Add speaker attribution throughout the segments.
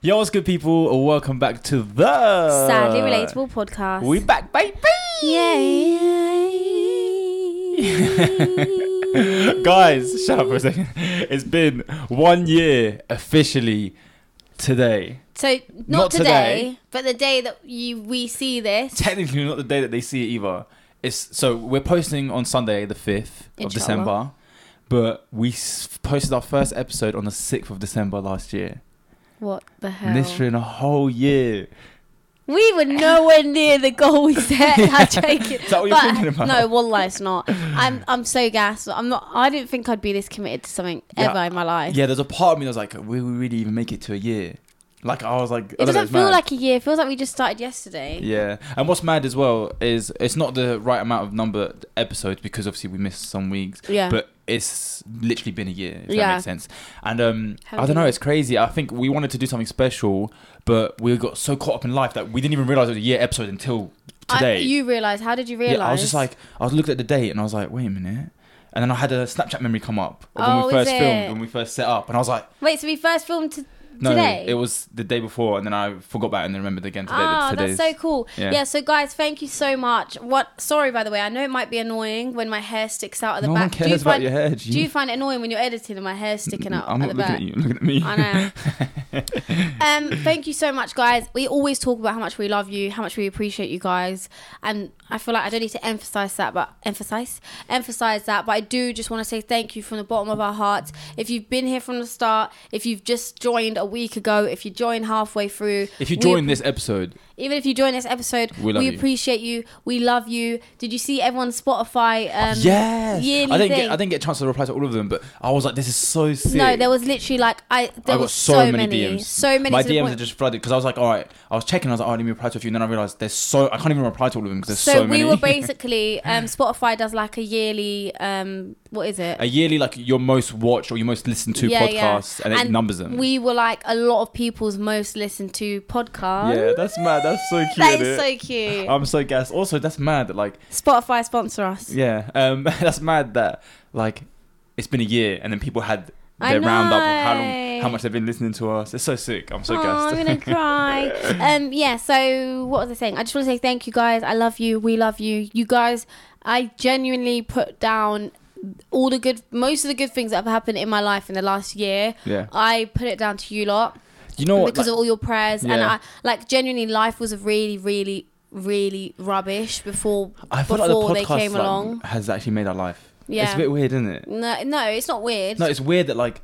Speaker 1: Yo, what's good, people? Welcome back to the
Speaker 2: Sadly Relatable Podcast.
Speaker 1: Uh, We back, baby.
Speaker 2: Yay!
Speaker 1: Guys, shut up for a second. It's been one year officially today.
Speaker 2: So not,
Speaker 1: Not
Speaker 2: today,
Speaker 1: today.
Speaker 2: but the day that you we see this,
Speaker 1: Technically, not the day that they see it either. It's so we're posting on Sunday, the fifth of
Speaker 2: Inshallah.
Speaker 1: December, but we s- posted our first episode on the sixth of December last year.
Speaker 2: what the hell?
Speaker 1: Literally, a whole year.
Speaker 2: We were nowhere near the goal we set. I'm joking.
Speaker 1: Is that what you're
Speaker 2: But-
Speaker 1: thinking about?
Speaker 2: No, wallah, it's not. I'm I'm so gassed. I'm not. I didn't think I'd be this committed to something
Speaker 1: Yeah.
Speaker 2: ever in my life.
Speaker 1: Yeah, there's a part of me that was like, will we really even make it to a year? Like, I was like, I
Speaker 2: It
Speaker 1: don't know,
Speaker 2: doesn't
Speaker 1: it's
Speaker 2: feel
Speaker 1: mad.
Speaker 2: like a year. It feels like we just started yesterday.
Speaker 1: Yeah, and what's mad as well is it's not the right amount of number of episodes because obviously we missed some weeks,
Speaker 2: Yeah.
Speaker 1: but it's literally been a year. If that
Speaker 2: Yeah.
Speaker 1: makes sense. And um,
Speaker 2: How
Speaker 1: I don't
Speaker 2: do
Speaker 1: know,
Speaker 2: you-
Speaker 1: it's crazy. I think we wanted to do something special, but we got so caught up in life that we didn't even realize it was a year episode until
Speaker 2: I,
Speaker 1: today.
Speaker 2: you realize? How did you realize?
Speaker 1: yeah, I was just like, I was looked at the date and I was like, wait a minute. And then I had a Snapchat memory come up of when
Speaker 2: Oh,
Speaker 1: we
Speaker 2: is
Speaker 1: first filmed,
Speaker 2: it?
Speaker 1: when we first set up, and I was like,
Speaker 2: wait. So we first filmed to,
Speaker 1: no,
Speaker 2: today.
Speaker 1: it was the day before, and then I forgot about it and then remembered again today.
Speaker 2: Ah,
Speaker 1: that
Speaker 2: that's
Speaker 1: today's-
Speaker 2: so cool.
Speaker 1: Yeah.
Speaker 2: Yeah. so guys, thank you so much. What sorry by the way, I know it might be annoying when my hair sticks out at the
Speaker 1: no
Speaker 2: back.
Speaker 1: one cares
Speaker 2: do you
Speaker 1: about
Speaker 2: find
Speaker 1: your hair. Mm,
Speaker 2: do you find it annoying when you're editing and my hair's sticking out
Speaker 1: I'm
Speaker 2: at
Speaker 1: not
Speaker 2: the
Speaker 1: looking at
Speaker 2: back?
Speaker 1: you. Look at me.
Speaker 2: I know. um, thank you so much, guys. We always talk about how much we love you, how much we appreciate you guys, and I feel like I don't need to emphasize that, but emphasize, emphasize that. But I do just want to say thank you from the bottom of our hearts. If you've been here from the start, if you've just joined a week ago, if you joined halfway through,
Speaker 1: If you
Speaker 2: we
Speaker 1: join this episode,
Speaker 2: even if you join this episode,
Speaker 1: We
Speaker 2: we,
Speaker 1: love you.
Speaker 2: appreciate you. We love you. Did you see everyone's Spotify? Um,
Speaker 1: yes,
Speaker 2: yearly
Speaker 1: I didn't
Speaker 2: thing.
Speaker 1: get I didn't get a chance to reply to all of them, but I was like, this is so sick.
Speaker 2: no, there was literally like I. There
Speaker 1: I got
Speaker 2: was
Speaker 1: so, many, DMs,
Speaker 2: so many.
Speaker 1: My
Speaker 2: to the
Speaker 1: DMs
Speaker 2: point-
Speaker 1: are just flooded because I was like, all right, I was checking, I was like, oh, I didn't reply to a few, and then I realized there's so I can't even reply to all of them because there's so,
Speaker 2: So,
Speaker 1: many.
Speaker 2: we were basically um, Spotify does like a yearly. Um, what is it?
Speaker 1: a yearly like your most watched or your most listened to
Speaker 2: Yeah, yeah.
Speaker 1: podcasts, and, it numbers them.
Speaker 2: We were like a lot of people's most listened to podcast.
Speaker 1: yeah, that's mad. That's so cute.
Speaker 2: That is
Speaker 1: innit?
Speaker 2: so cute.
Speaker 1: I'm so gassed. Also, that's mad that like
Speaker 2: Spotify sponsor us.
Speaker 1: Yeah, um, that's mad that like it's been a year and then people had
Speaker 2: I
Speaker 1: their roundup of how long,
Speaker 2: know.
Speaker 1: how much they've been listening to us. It's so sick. I'm so
Speaker 2: Aw,
Speaker 1: gassed.
Speaker 2: Oh, I'm gonna cry. um, yeah. So what was I saying? I just want to say thank you guys. I love you. We love you. You guys, I genuinely put down all the good, most of the good things that have happened in my life in the last year.
Speaker 1: Yeah.
Speaker 2: I put it down to you lot
Speaker 1: you know what?
Speaker 2: because
Speaker 1: like-
Speaker 2: of all your prayers and
Speaker 1: Yeah.
Speaker 2: I like genuinely life was really, really, really rubbish before
Speaker 1: I feel
Speaker 2: before
Speaker 1: like the podcast
Speaker 2: they came
Speaker 1: like,
Speaker 2: along.
Speaker 1: has actually made our life. It's
Speaker 2: Yeah.
Speaker 1: a bit weird, isn't it?
Speaker 2: No, no, it's not weird.
Speaker 1: No, it's weird that like,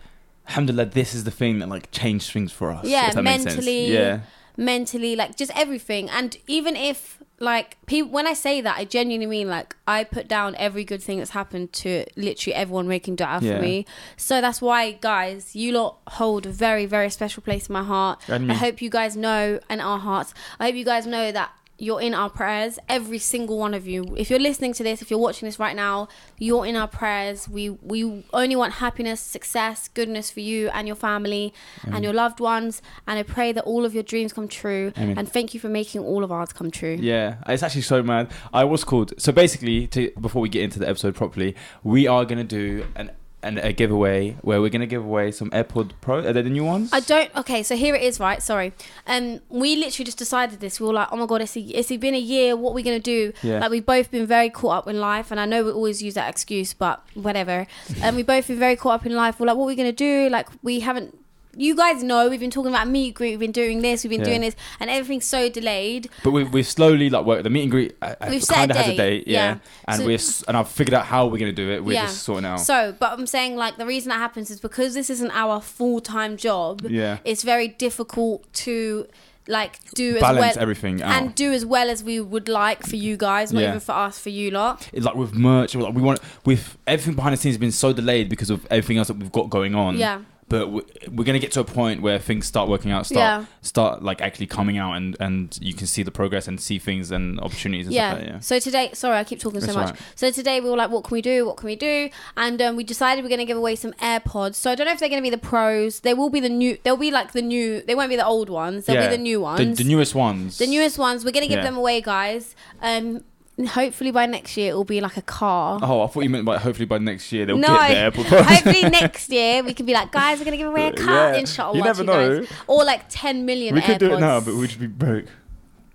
Speaker 1: alhamdulillah, this is the thing that like changed things for us.
Speaker 2: Yeah,
Speaker 1: if that makes sense.
Speaker 2: mentally,
Speaker 1: Yeah.
Speaker 2: mentally, like just everything. And even if like people, when I say that, I genuinely mean like I put down every good thing that's happened to literally everyone making dua
Speaker 1: Yeah.
Speaker 2: for me. So that's why, guys, you lot hold a very, very special place in my heart.
Speaker 1: And me.
Speaker 2: I hope you guys know and our hearts. I hope you guys know that. You're in our prayers, every single one of you. If you're listening to this, if you're watching this right now, you're in our prayers. We we only want happiness, success, goodness for you and your family and your loved ones. And I pray that all of your dreams come true.
Speaker 1: Amen.
Speaker 2: And thank you for making all of ours come true.
Speaker 1: Yeah, it's actually so mad. I was called. So basically, to, before we get into the episode properly, we are gonna do an, an a giveaway where we're gonna give away some AirPod Pro. Are they the new ones?
Speaker 2: I don't. Okay, so here it is, right? Sorry. Um, we literally just decided this. We were like, oh my god, it's a, it's been a year. What are we gonna do?
Speaker 1: Yeah.
Speaker 2: Like we've both been very caught up in life, and I know we always use that excuse, but whatever. And we both been very caught up in life. We're like, what are we gonna do? Like we haven't. You guys know we've been talking about meet group. We've been doing this. We've been
Speaker 1: Yeah.
Speaker 2: doing this, and everything's so delayed.
Speaker 1: But we've, we've slowly like worked the meet and greet. Uh,
Speaker 2: We've set
Speaker 1: kind
Speaker 2: a
Speaker 1: of has a
Speaker 2: date,
Speaker 1: date, yeah.
Speaker 2: yeah.
Speaker 1: And
Speaker 2: So-
Speaker 1: we're s- and I've figured out how we're gonna do it. We're
Speaker 2: Yeah.
Speaker 1: just sorting out.
Speaker 2: So, but I'm saying like the reason that happens is because this isn't our full time job.
Speaker 1: Yeah.
Speaker 2: It's very difficult to like do
Speaker 1: Balance
Speaker 2: as well
Speaker 1: everything out.
Speaker 2: and do as well as we would like for you guys, not
Speaker 1: Oh. Yeah.
Speaker 2: even for us, for you lot.
Speaker 1: It's like with merch, like we want with everything behind the scenes has been so delayed because of everything else that we've got going on.
Speaker 2: Yeah.
Speaker 1: But we- we're gonna get to a point where things start working out, start
Speaker 2: Yeah.
Speaker 1: start like actually coming out, and and you can see the progress and see things and opportunities and
Speaker 2: Yeah.
Speaker 1: stuff like that.
Speaker 2: So today, sorry, I keep talking so
Speaker 1: That's
Speaker 2: much.
Speaker 1: right.
Speaker 2: So today we were like, what can we do? What can we do? And um, we decided we're going to give away some AirPods. So I don't know if they're going to be the pros. They will be the new. They'll be like the new. They won't be the old ones. They'll
Speaker 1: Yeah.
Speaker 2: be the new
Speaker 1: The,
Speaker 2: ones.
Speaker 1: the newest ones.
Speaker 2: The newest ones. We're gonna give
Speaker 1: Yeah.
Speaker 2: them away, guys. Um, hopefully by next year it will be like a car.
Speaker 1: Oh, I thought you meant by hopefully by next year they'll
Speaker 2: No,
Speaker 1: get there.
Speaker 2: hopefully next year we can be like, guys, we're gonna give away a car.
Speaker 1: Oh. Yeah.
Speaker 2: Inshallah,
Speaker 1: You
Speaker 2: to
Speaker 1: never
Speaker 2: guys.
Speaker 1: know.
Speaker 2: Or like ten million.
Speaker 1: we could do it now,
Speaker 2: AirPods.
Speaker 1: but we'd just be broke.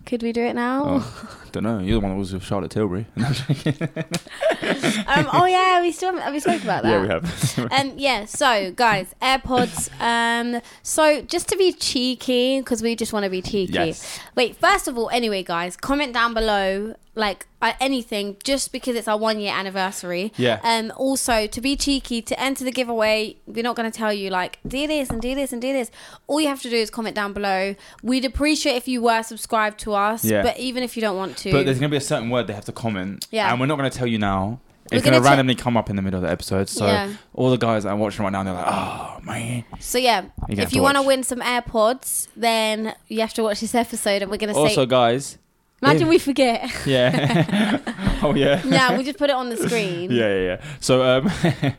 Speaker 2: could we do it now?
Speaker 1: Oh, don't know. You're the one that was with Charlotte Tilbury.
Speaker 2: um, oh yeah, we still haven't, have we spoke about that?
Speaker 1: yeah, we have.
Speaker 2: Um, yeah, so guys, AirPods. Um, so just to be cheeky, because we just want to be cheeky.
Speaker 1: Yes.
Speaker 2: Wait, first of all, anyway, guys, comment down below like uh, anything, just because it's our one year anniversary.
Speaker 1: Yeah.
Speaker 2: Um, also to be cheeky, to enter the giveaway, we're not going to tell you like do this and do this and do this. All you have to do is comment down below. We'd appreciate if you were subscribed to us,
Speaker 1: Yeah.
Speaker 2: but even if you don't want to,
Speaker 1: but there's gonna be a certain word they have to comment.
Speaker 2: Yeah.
Speaker 1: And we're not gonna tell you now. It's
Speaker 2: We're
Speaker 1: gonna,
Speaker 2: gonna te-
Speaker 1: randomly come up in the middle of the episode. So
Speaker 2: Yeah.
Speaker 1: all the guys I'm watching right now, they're like, oh man.
Speaker 2: So yeah,
Speaker 1: gonna have
Speaker 2: if
Speaker 1: to
Speaker 2: you want to
Speaker 1: watch.
Speaker 2: win some AirPods, then you have to watch this episode, and we're gonna
Speaker 1: Also,
Speaker 2: say.
Speaker 1: guys.
Speaker 2: Imagine
Speaker 1: if-
Speaker 2: we forget.
Speaker 1: Yeah. oh yeah.
Speaker 2: no, we just put it on the screen.
Speaker 1: Yeah, yeah, yeah. So, um,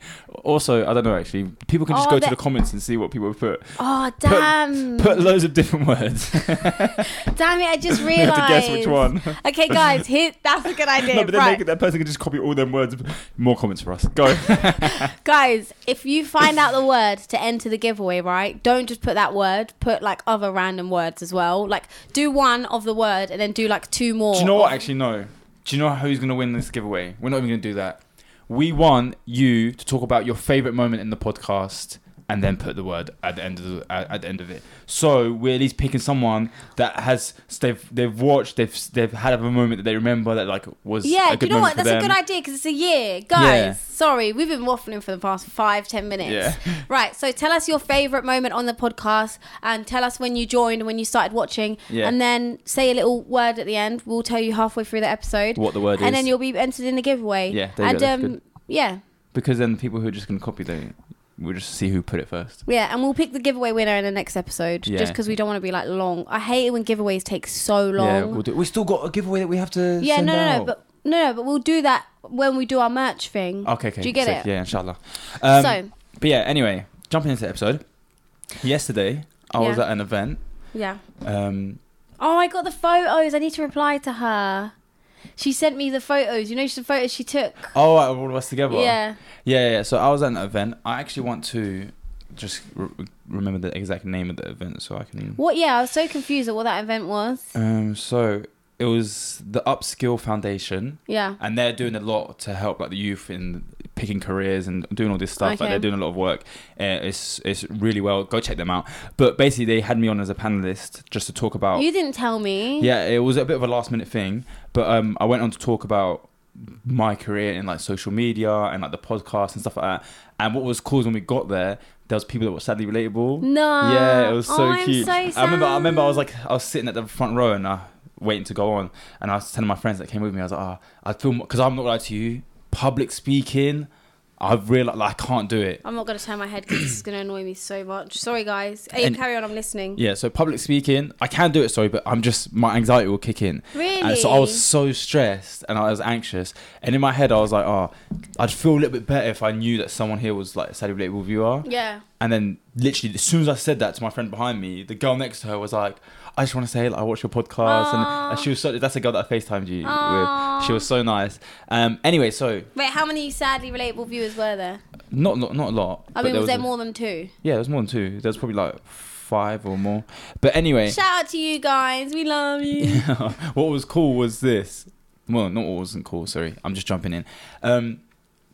Speaker 1: also, I don't know. Actually, people can just
Speaker 2: Oh,
Speaker 1: go
Speaker 2: that-
Speaker 1: to the comments and see what people have put.
Speaker 2: Oh damn!
Speaker 1: Put loads of different words.
Speaker 2: damn it! I just
Speaker 1: You
Speaker 2: realized.
Speaker 1: have to guess which one.
Speaker 2: Okay, guys, here that's a good idea.
Speaker 1: no, but then they
Speaker 2: right,
Speaker 1: could- that person can just copy all them words. More comments for us. Go.
Speaker 2: guys, if you find out the word to enter the giveaway, right? Don't just put that word. Put like other random words as well. Like do one of the word and then do like two more.
Speaker 1: Do you know what?
Speaker 2: of-
Speaker 1: Actually, no. Do you know who's going to win this giveaway? We're not even going to do that. We want you to talk about your favorite moment in the podcast and then put the word at the end of the, at, at the end of it. So we're at least picking someone that has they've they've watched they've they've had a moment that they remember that like was A
Speaker 2: Yeah, do
Speaker 1: good
Speaker 2: you know
Speaker 1: moment
Speaker 2: what?
Speaker 1: for
Speaker 2: That's a
Speaker 1: them.
Speaker 2: good idea because it's a year, guys.
Speaker 1: Yeah.
Speaker 2: Sorry, we've been waffling for the past five, ten minutes.
Speaker 1: Yeah.
Speaker 2: Right. So tell us your favorite moment on the podcast, and tell us when you joined, when you started watching,
Speaker 1: Yeah.
Speaker 2: and then say a little word at the end. We'll tell you halfway through the episode,
Speaker 1: What the word
Speaker 2: and
Speaker 1: is?
Speaker 2: then you'll be entered in the giveaway.
Speaker 1: Yeah, there you
Speaker 2: and
Speaker 1: go, that's
Speaker 2: um,
Speaker 1: good.
Speaker 2: yeah,
Speaker 1: because then the people who are just going to copy them, we'll just see who put it first.
Speaker 2: yeah, and we'll pick the giveaway winner in the next episode,
Speaker 1: Yeah.
Speaker 2: just because we don't want to be like long. I hate it when giveaways take so long.
Speaker 1: Yeah, we'll do. We still got a giveaway that we have to.
Speaker 2: Yeah,
Speaker 1: send
Speaker 2: no, no,
Speaker 1: out.
Speaker 2: no, but no, no, but we'll do that when we do our merch thing.
Speaker 1: Okay, okay.
Speaker 2: Do you get
Speaker 1: sick,
Speaker 2: it?
Speaker 1: Yeah, inshallah. Uh, Um,
Speaker 2: so
Speaker 1: But yeah, anyway, jumping into the episode. Yesterday, I was
Speaker 2: Yeah.
Speaker 1: at an event.
Speaker 2: yeah.
Speaker 1: Um,
Speaker 2: Oh, I got the photos. I need to reply to her. She sent me the photos. You know, the photos she took.
Speaker 1: oh, right, all of us together.
Speaker 2: Yeah.
Speaker 1: yeah, yeah, yeah. So I was at an event. I actually want to just re- remember the exact name of the event so I can.
Speaker 2: What? Yeah, I was so confused at what that event was.
Speaker 1: Um, so it was the Upskill Foundation,
Speaker 2: Yeah.
Speaker 1: and they're doing a lot to help like the youth in picking careers and doing all this stuff.
Speaker 2: Okay.
Speaker 1: Like they're doing a lot of work. Uh, it's it's really well. Go check them out. But basically, they had me on as a panelist just to talk about
Speaker 2: You didn't tell me.
Speaker 1: Yeah, it was a bit of a last minute thing, but um, I went on to talk about my career in like social media and like the podcast and stuff like that. And what was cool is when we got there, there was people that were sadly relatable.
Speaker 2: No.
Speaker 1: Yeah, it was so
Speaker 2: Oh, I'm
Speaker 1: cute.
Speaker 2: so
Speaker 1: I remember, I remember, I was
Speaker 2: sad.
Speaker 1: like, I was sitting at the front row and I waiting to go on, and I was telling my friends that came with me, I was like, ah, I feel because I'm not like to you, public speaking, I've realized like, I can't do it.
Speaker 2: I'm not gonna turn my head because this is gonna annoy me so much. Sorry, guys. Hey,
Speaker 1: And-
Speaker 2: carry on. I'm listening.
Speaker 1: Yeah, so public speaking, I can do it, sorry, but I'm just my anxiety will kick in.
Speaker 2: Really?
Speaker 1: And so I was so stressed and I was anxious. And in my head, I was like, oh, I'd feel a little bit better if I knew that someone here was like a sadly relatable viewer.
Speaker 2: Yeah.
Speaker 1: And then, literally, as soon as I said that to my friend behind me, the girl next to her was like, I just want to say, like, I watch your podcast.
Speaker 2: Aw.
Speaker 1: And, and she was so, that's the girl that I FaceTimed you
Speaker 2: Aw.
Speaker 1: with. She was so nice. Um, anyway, so
Speaker 2: Wait, how many sadly relatable viewers were there?
Speaker 1: not, not, not a lot.
Speaker 2: I
Speaker 1: but
Speaker 2: mean, was, there
Speaker 1: a-
Speaker 2: more than two?
Speaker 1: Yeah, there was more than two. There was probably like five or more. But anyway.
Speaker 2: Shout out to you guys. We love you.
Speaker 1: what was cool was this. Well, not what wasn't cool. Sorry, I'm just jumping in. Um,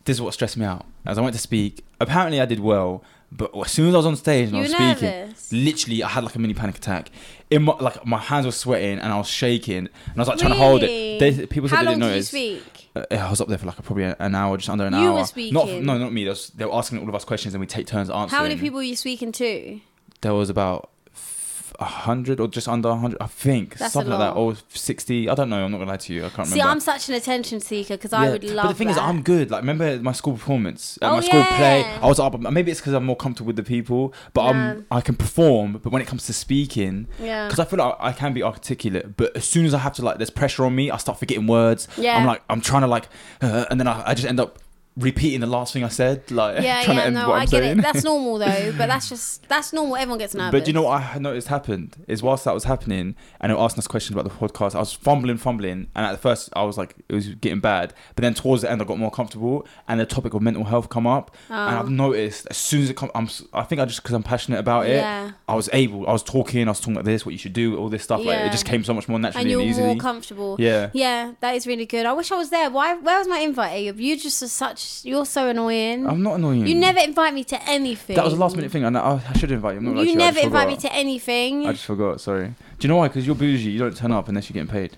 Speaker 1: this is what stressed me out. As I went to speak, apparently I did well, but as soon as I was on stage and
Speaker 2: You
Speaker 1: I was
Speaker 2: were
Speaker 1: speaking,
Speaker 2: nervous?
Speaker 1: literally I had like a mini panic attack. In my, like my hands were sweating and I was shaking and I was like trying to hold it.
Speaker 2: Really?
Speaker 1: They, people said
Speaker 2: How
Speaker 1: they
Speaker 2: long
Speaker 1: didn't
Speaker 2: did you
Speaker 1: notice.
Speaker 2: speak?
Speaker 1: Uh, I was up there for like a, probably an hour, just under an
Speaker 2: You
Speaker 1: hour.
Speaker 2: were
Speaker 1: Not,
Speaker 2: speaking?
Speaker 1: no, not me. They was- they were asking all of us questions and we take turns answering.
Speaker 2: How many people were you speaking to?
Speaker 1: There was about f- a hundred or just under a hundred, I think,
Speaker 2: That's a
Speaker 1: something like that,
Speaker 2: lot.
Speaker 1: or sixty. I don't know. I'm not gonna lie to you. I can't
Speaker 2: See,
Speaker 1: remember.
Speaker 2: I'm such an attention seeker because I
Speaker 1: Yeah,
Speaker 2: would love.
Speaker 1: But the thing is,
Speaker 2: that.
Speaker 1: I'm good. Like, remember my school performance, uh,
Speaker 2: Oh,
Speaker 1: my school play.
Speaker 2: yeah.
Speaker 1: I was up. Maybe it's because I'm more comfortable with the people, but
Speaker 2: Yeah.
Speaker 1: I'm I can perform. But when it comes to speaking,
Speaker 2: Yeah.
Speaker 1: because I feel like I can be articulate, but as soon as I have to like, there's pressure on me. I start forgetting words.
Speaker 2: Yeah.
Speaker 1: I'm like, I'm trying to like, uh, and then I, I just end up repeating the last thing I said, like
Speaker 2: Yeah,
Speaker 1: trying to
Speaker 2: yeah,
Speaker 1: end
Speaker 2: no,
Speaker 1: what I'm
Speaker 2: I get
Speaker 1: saying.
Speaker 2: it. That's normal though, but that's just that's normal. Everyone gets nervous.
Speaker 1: But do you know what I had noticed happened is whilst that was happening and they were asking us questions about the podcast, I was fumbling, fumbling, and at first I was like it was getting bad. But then towards the end, I got more comfortable, and the topic of mental health come up, and
Speaker 2: Oh.
Speaker 1: I've noticed as soon as it comes, I'm s- I think I just because I'm passionate about it,
Speaker 2: Yeah.
Speaker 1: I was able, I was talking, I was talking about this, what you should do, all this stuff. Like it
Speaker 2: Yeah.
Speaker 1: just came so much more
Speaker 2: and
Speaker 1: naturally
Speaker 2: you're
Speaker 1: and, easily.
Speaker 2: more comfortable.
Speaker 1: yeah.
Speaker 2: Yeah, that is really good. I wish I was there. Why? Where was my invite, Ayub? You just are such. You're so annoying.
Speaker 1: I'm not annoying.
Speaker 2: you never invite me to anything.
Speaker 1: That was a last minute thing, and I, I should invite you. I'm not
Speaker 2: You
Speaker 1: actually, I
Speaker 2: never
Speaker 1: just
Speaker 2: invite me
Speaker 1: forgot.
Speaker 2: to anything.
Speaker 1: I just forgot. Sorry. Do you know why? Because you're bougie. You don't turn up unless you're getting paid.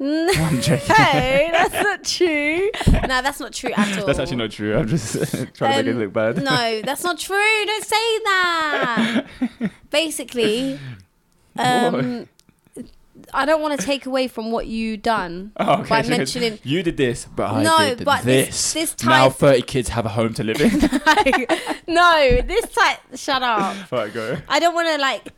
Speaker 2: No,
Speaker 1: I'm joking.
Speaker 2: that's not true. No, that's not true at all.
Speaker 1: That's actually not true. I'm just trying to make it
Speaker 2: Um,
Speaker 1: look bad.
Speaker 2: No, that's not true. Don't say that. Basically, um, I don't want to take away from what you done
Speaker 1: Oh, okay,
Speaker 2: by
Speaker 1: so
Speaker 2: mentioning.
Speaker 1: you did this, but I
Speaker 2: No,
Speaker 1: did
Speaker 2: but
Speaker 1: this.
Speaker 2: this- this
Speaker 1: now
Speaker 2: ties-
Speaker 1: thirty kids have a home to live in.
Speaker 2: no, this type. Shut up.
Speaker 1: right, go.
Speaker 2: I don't want to like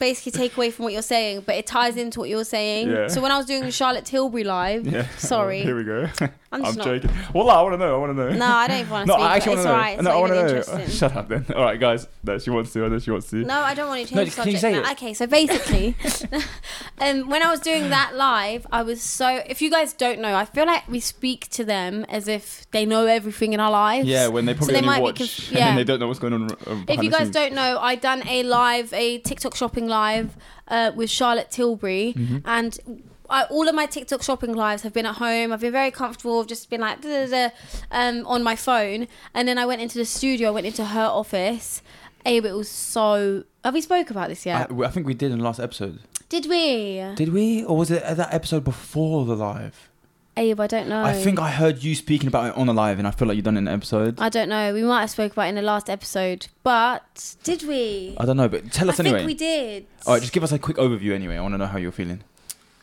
Speaker 2: basically take away from what you're saying, but it ties into what you're saying.
Speaker 1: Yeah.
Speaker 2: So when I was doing the Charlotte Tilbury live,
Speaker 1: Yeah.
Speaker 2: Sorry.
Speaker 1: Here we go. I'm,
Speaker 2: I'm just not-
Speaker 1: joking. Well, I want to know. I want to know.
Speaker 2: no, I don't even want to
Speaker 1: No,
Speaker 2: speak.
Speaker 1: I
Speaker 2: but
Speaker 1: actually
Speaker 2: it's
Speaker 1: want to know.
Speaker 2: alright. It's
Speaker 1: no, I
Speaker 2: not
Speaker 1: want to
Speaker 2: even
Speaker 1: know.
Speaker 2: interesting.
Speaker 1: Shut up then. All right, guys. No, she wants to. I know she wants to.
Speaker 2: No, I don't want to
Speaker 1: No,
Speaker 2: change the
Speaker 1: can you
Speaker 2: subject.
Speaker 1: say
Speaker 2: now.
Speaker 1: it?
Speaker 2: Okay, so basically, um, when I was doing that live, I was so. If you guys don't know, I feel like we speak to them as if they know everything in our lives.
Speaker 1: Yeah, when they probably
Speaker 2: they
Speaker 1: only
Speaker 2: might be
Speaker 1: watch
Speaker 2: conf-
Speaker 1: and then
Speaker 2: yeah.
Speaker 1: they don't know what's going on. uh, behind
Speaker 2: If you
Speaker 1: the
Speaker 2: guys
Speaker 1: scenes.
Speaker 2: don't know, I done a live, a TikTok shopping live uh, with Charlotte Tilbury,
Speaker 1: Mm-hmm.
Speaker 2: and I, all of my TikTok shopping lives have been at home. I've been very comfortable. I've just been like da, da, da, um, on my phone, and then I went into the studio. I went into her office. Abe, it was so. Have we spoke about this yet?
Speaker 1: I, well, I think we did in the last episode.
Speaker 2: Did we?
Speaker 1: Did we? Or was it at that episode before the live?
Speaker 2: Abe, I don't know.
Speaker 1: I think I heard you speaking about it on the live, and I feel like you've done it in an episode. I,
Speaker 2: I don't know. We might have spoke about it in the last episode, but did we?
Speaker 1: don't know, but tell us
Speaker 2: I
Speaker 1: anyway.
Speaker 2: think we did.
Speaker 1: All right, just give us a quick overview anyway. I want to know how you're feeling.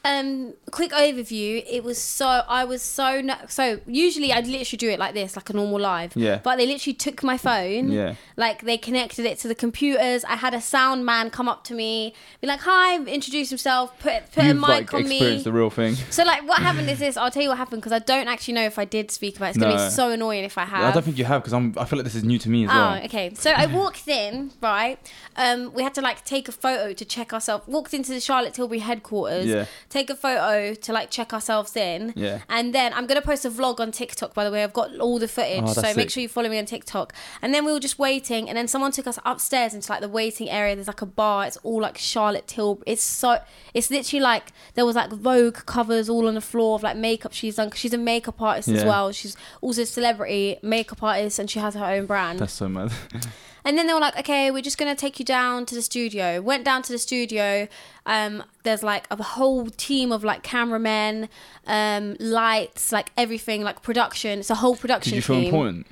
Speaker 2: um quick overview it was so i was so no- so usually i'd literally do it like this like a normal live
Speaker 1: Yeah.
Speaker 2: but they literally took my phone
Speaker 1: Yeah.
Speaker 2: like they connected it to the computers i had a sound man come up to me be like hi introduce himself put put a
Speaker 1: You've
Speaker 2: mic
Speaker 1: like
Speaker 2: on me
Speaker 1: experienced the real thing.
Speaker 2: so like what happened is this i'll tell you what happened because i don't actually know if i did speak about it it's
Speaker 1: No.
Speaker 2: gonna be so annoying if i have
Speaker 1: I don't think you have because I'm. I feel like this is new to me as well.
Speaker 2: Oh, okay. So I walked in, right? Um, we had to like take a photo to check ourselves. Walked into the Charlotte Tilbury headquarters,
Speaker 1: Yeah.
Speaker 2: take a photo to like check ourselves in.
Speaker 1: Yeah.
Speaker 2: And then I'm gonna post a vlog on TikTok. By the way, I've got all the footage,
Speaker 1: Oh,
Speaker 2: so
Speaker 1: that's
Speaker 2: make
Speaker 1: sick.
Speaker 2: sure you follow me on TikTok. And then we were just waiting, and then someone took us upstairs into like the waiting area. There's like a bar. It's all like Charlotte Tilbury. It's so. It's literally like there was like Vogue covers all on the floor of like makeup she's done because she's a makeup artist as
Speaker 1: Yeah.
Speaker 2: well. She's also a celebrity makeup artist, and she has her own brand.
Speaker 1: That's so mad.
Speaker 2: And then they were like, okay, we're just gonna take you down to the studio. Went down to the studio. Um, there's like a whole team of like cameramen, um, lights, like everything, like production. It's a whole production
Speaker 1: Did you feel
Speaker 2: team.
Speaker 1: important?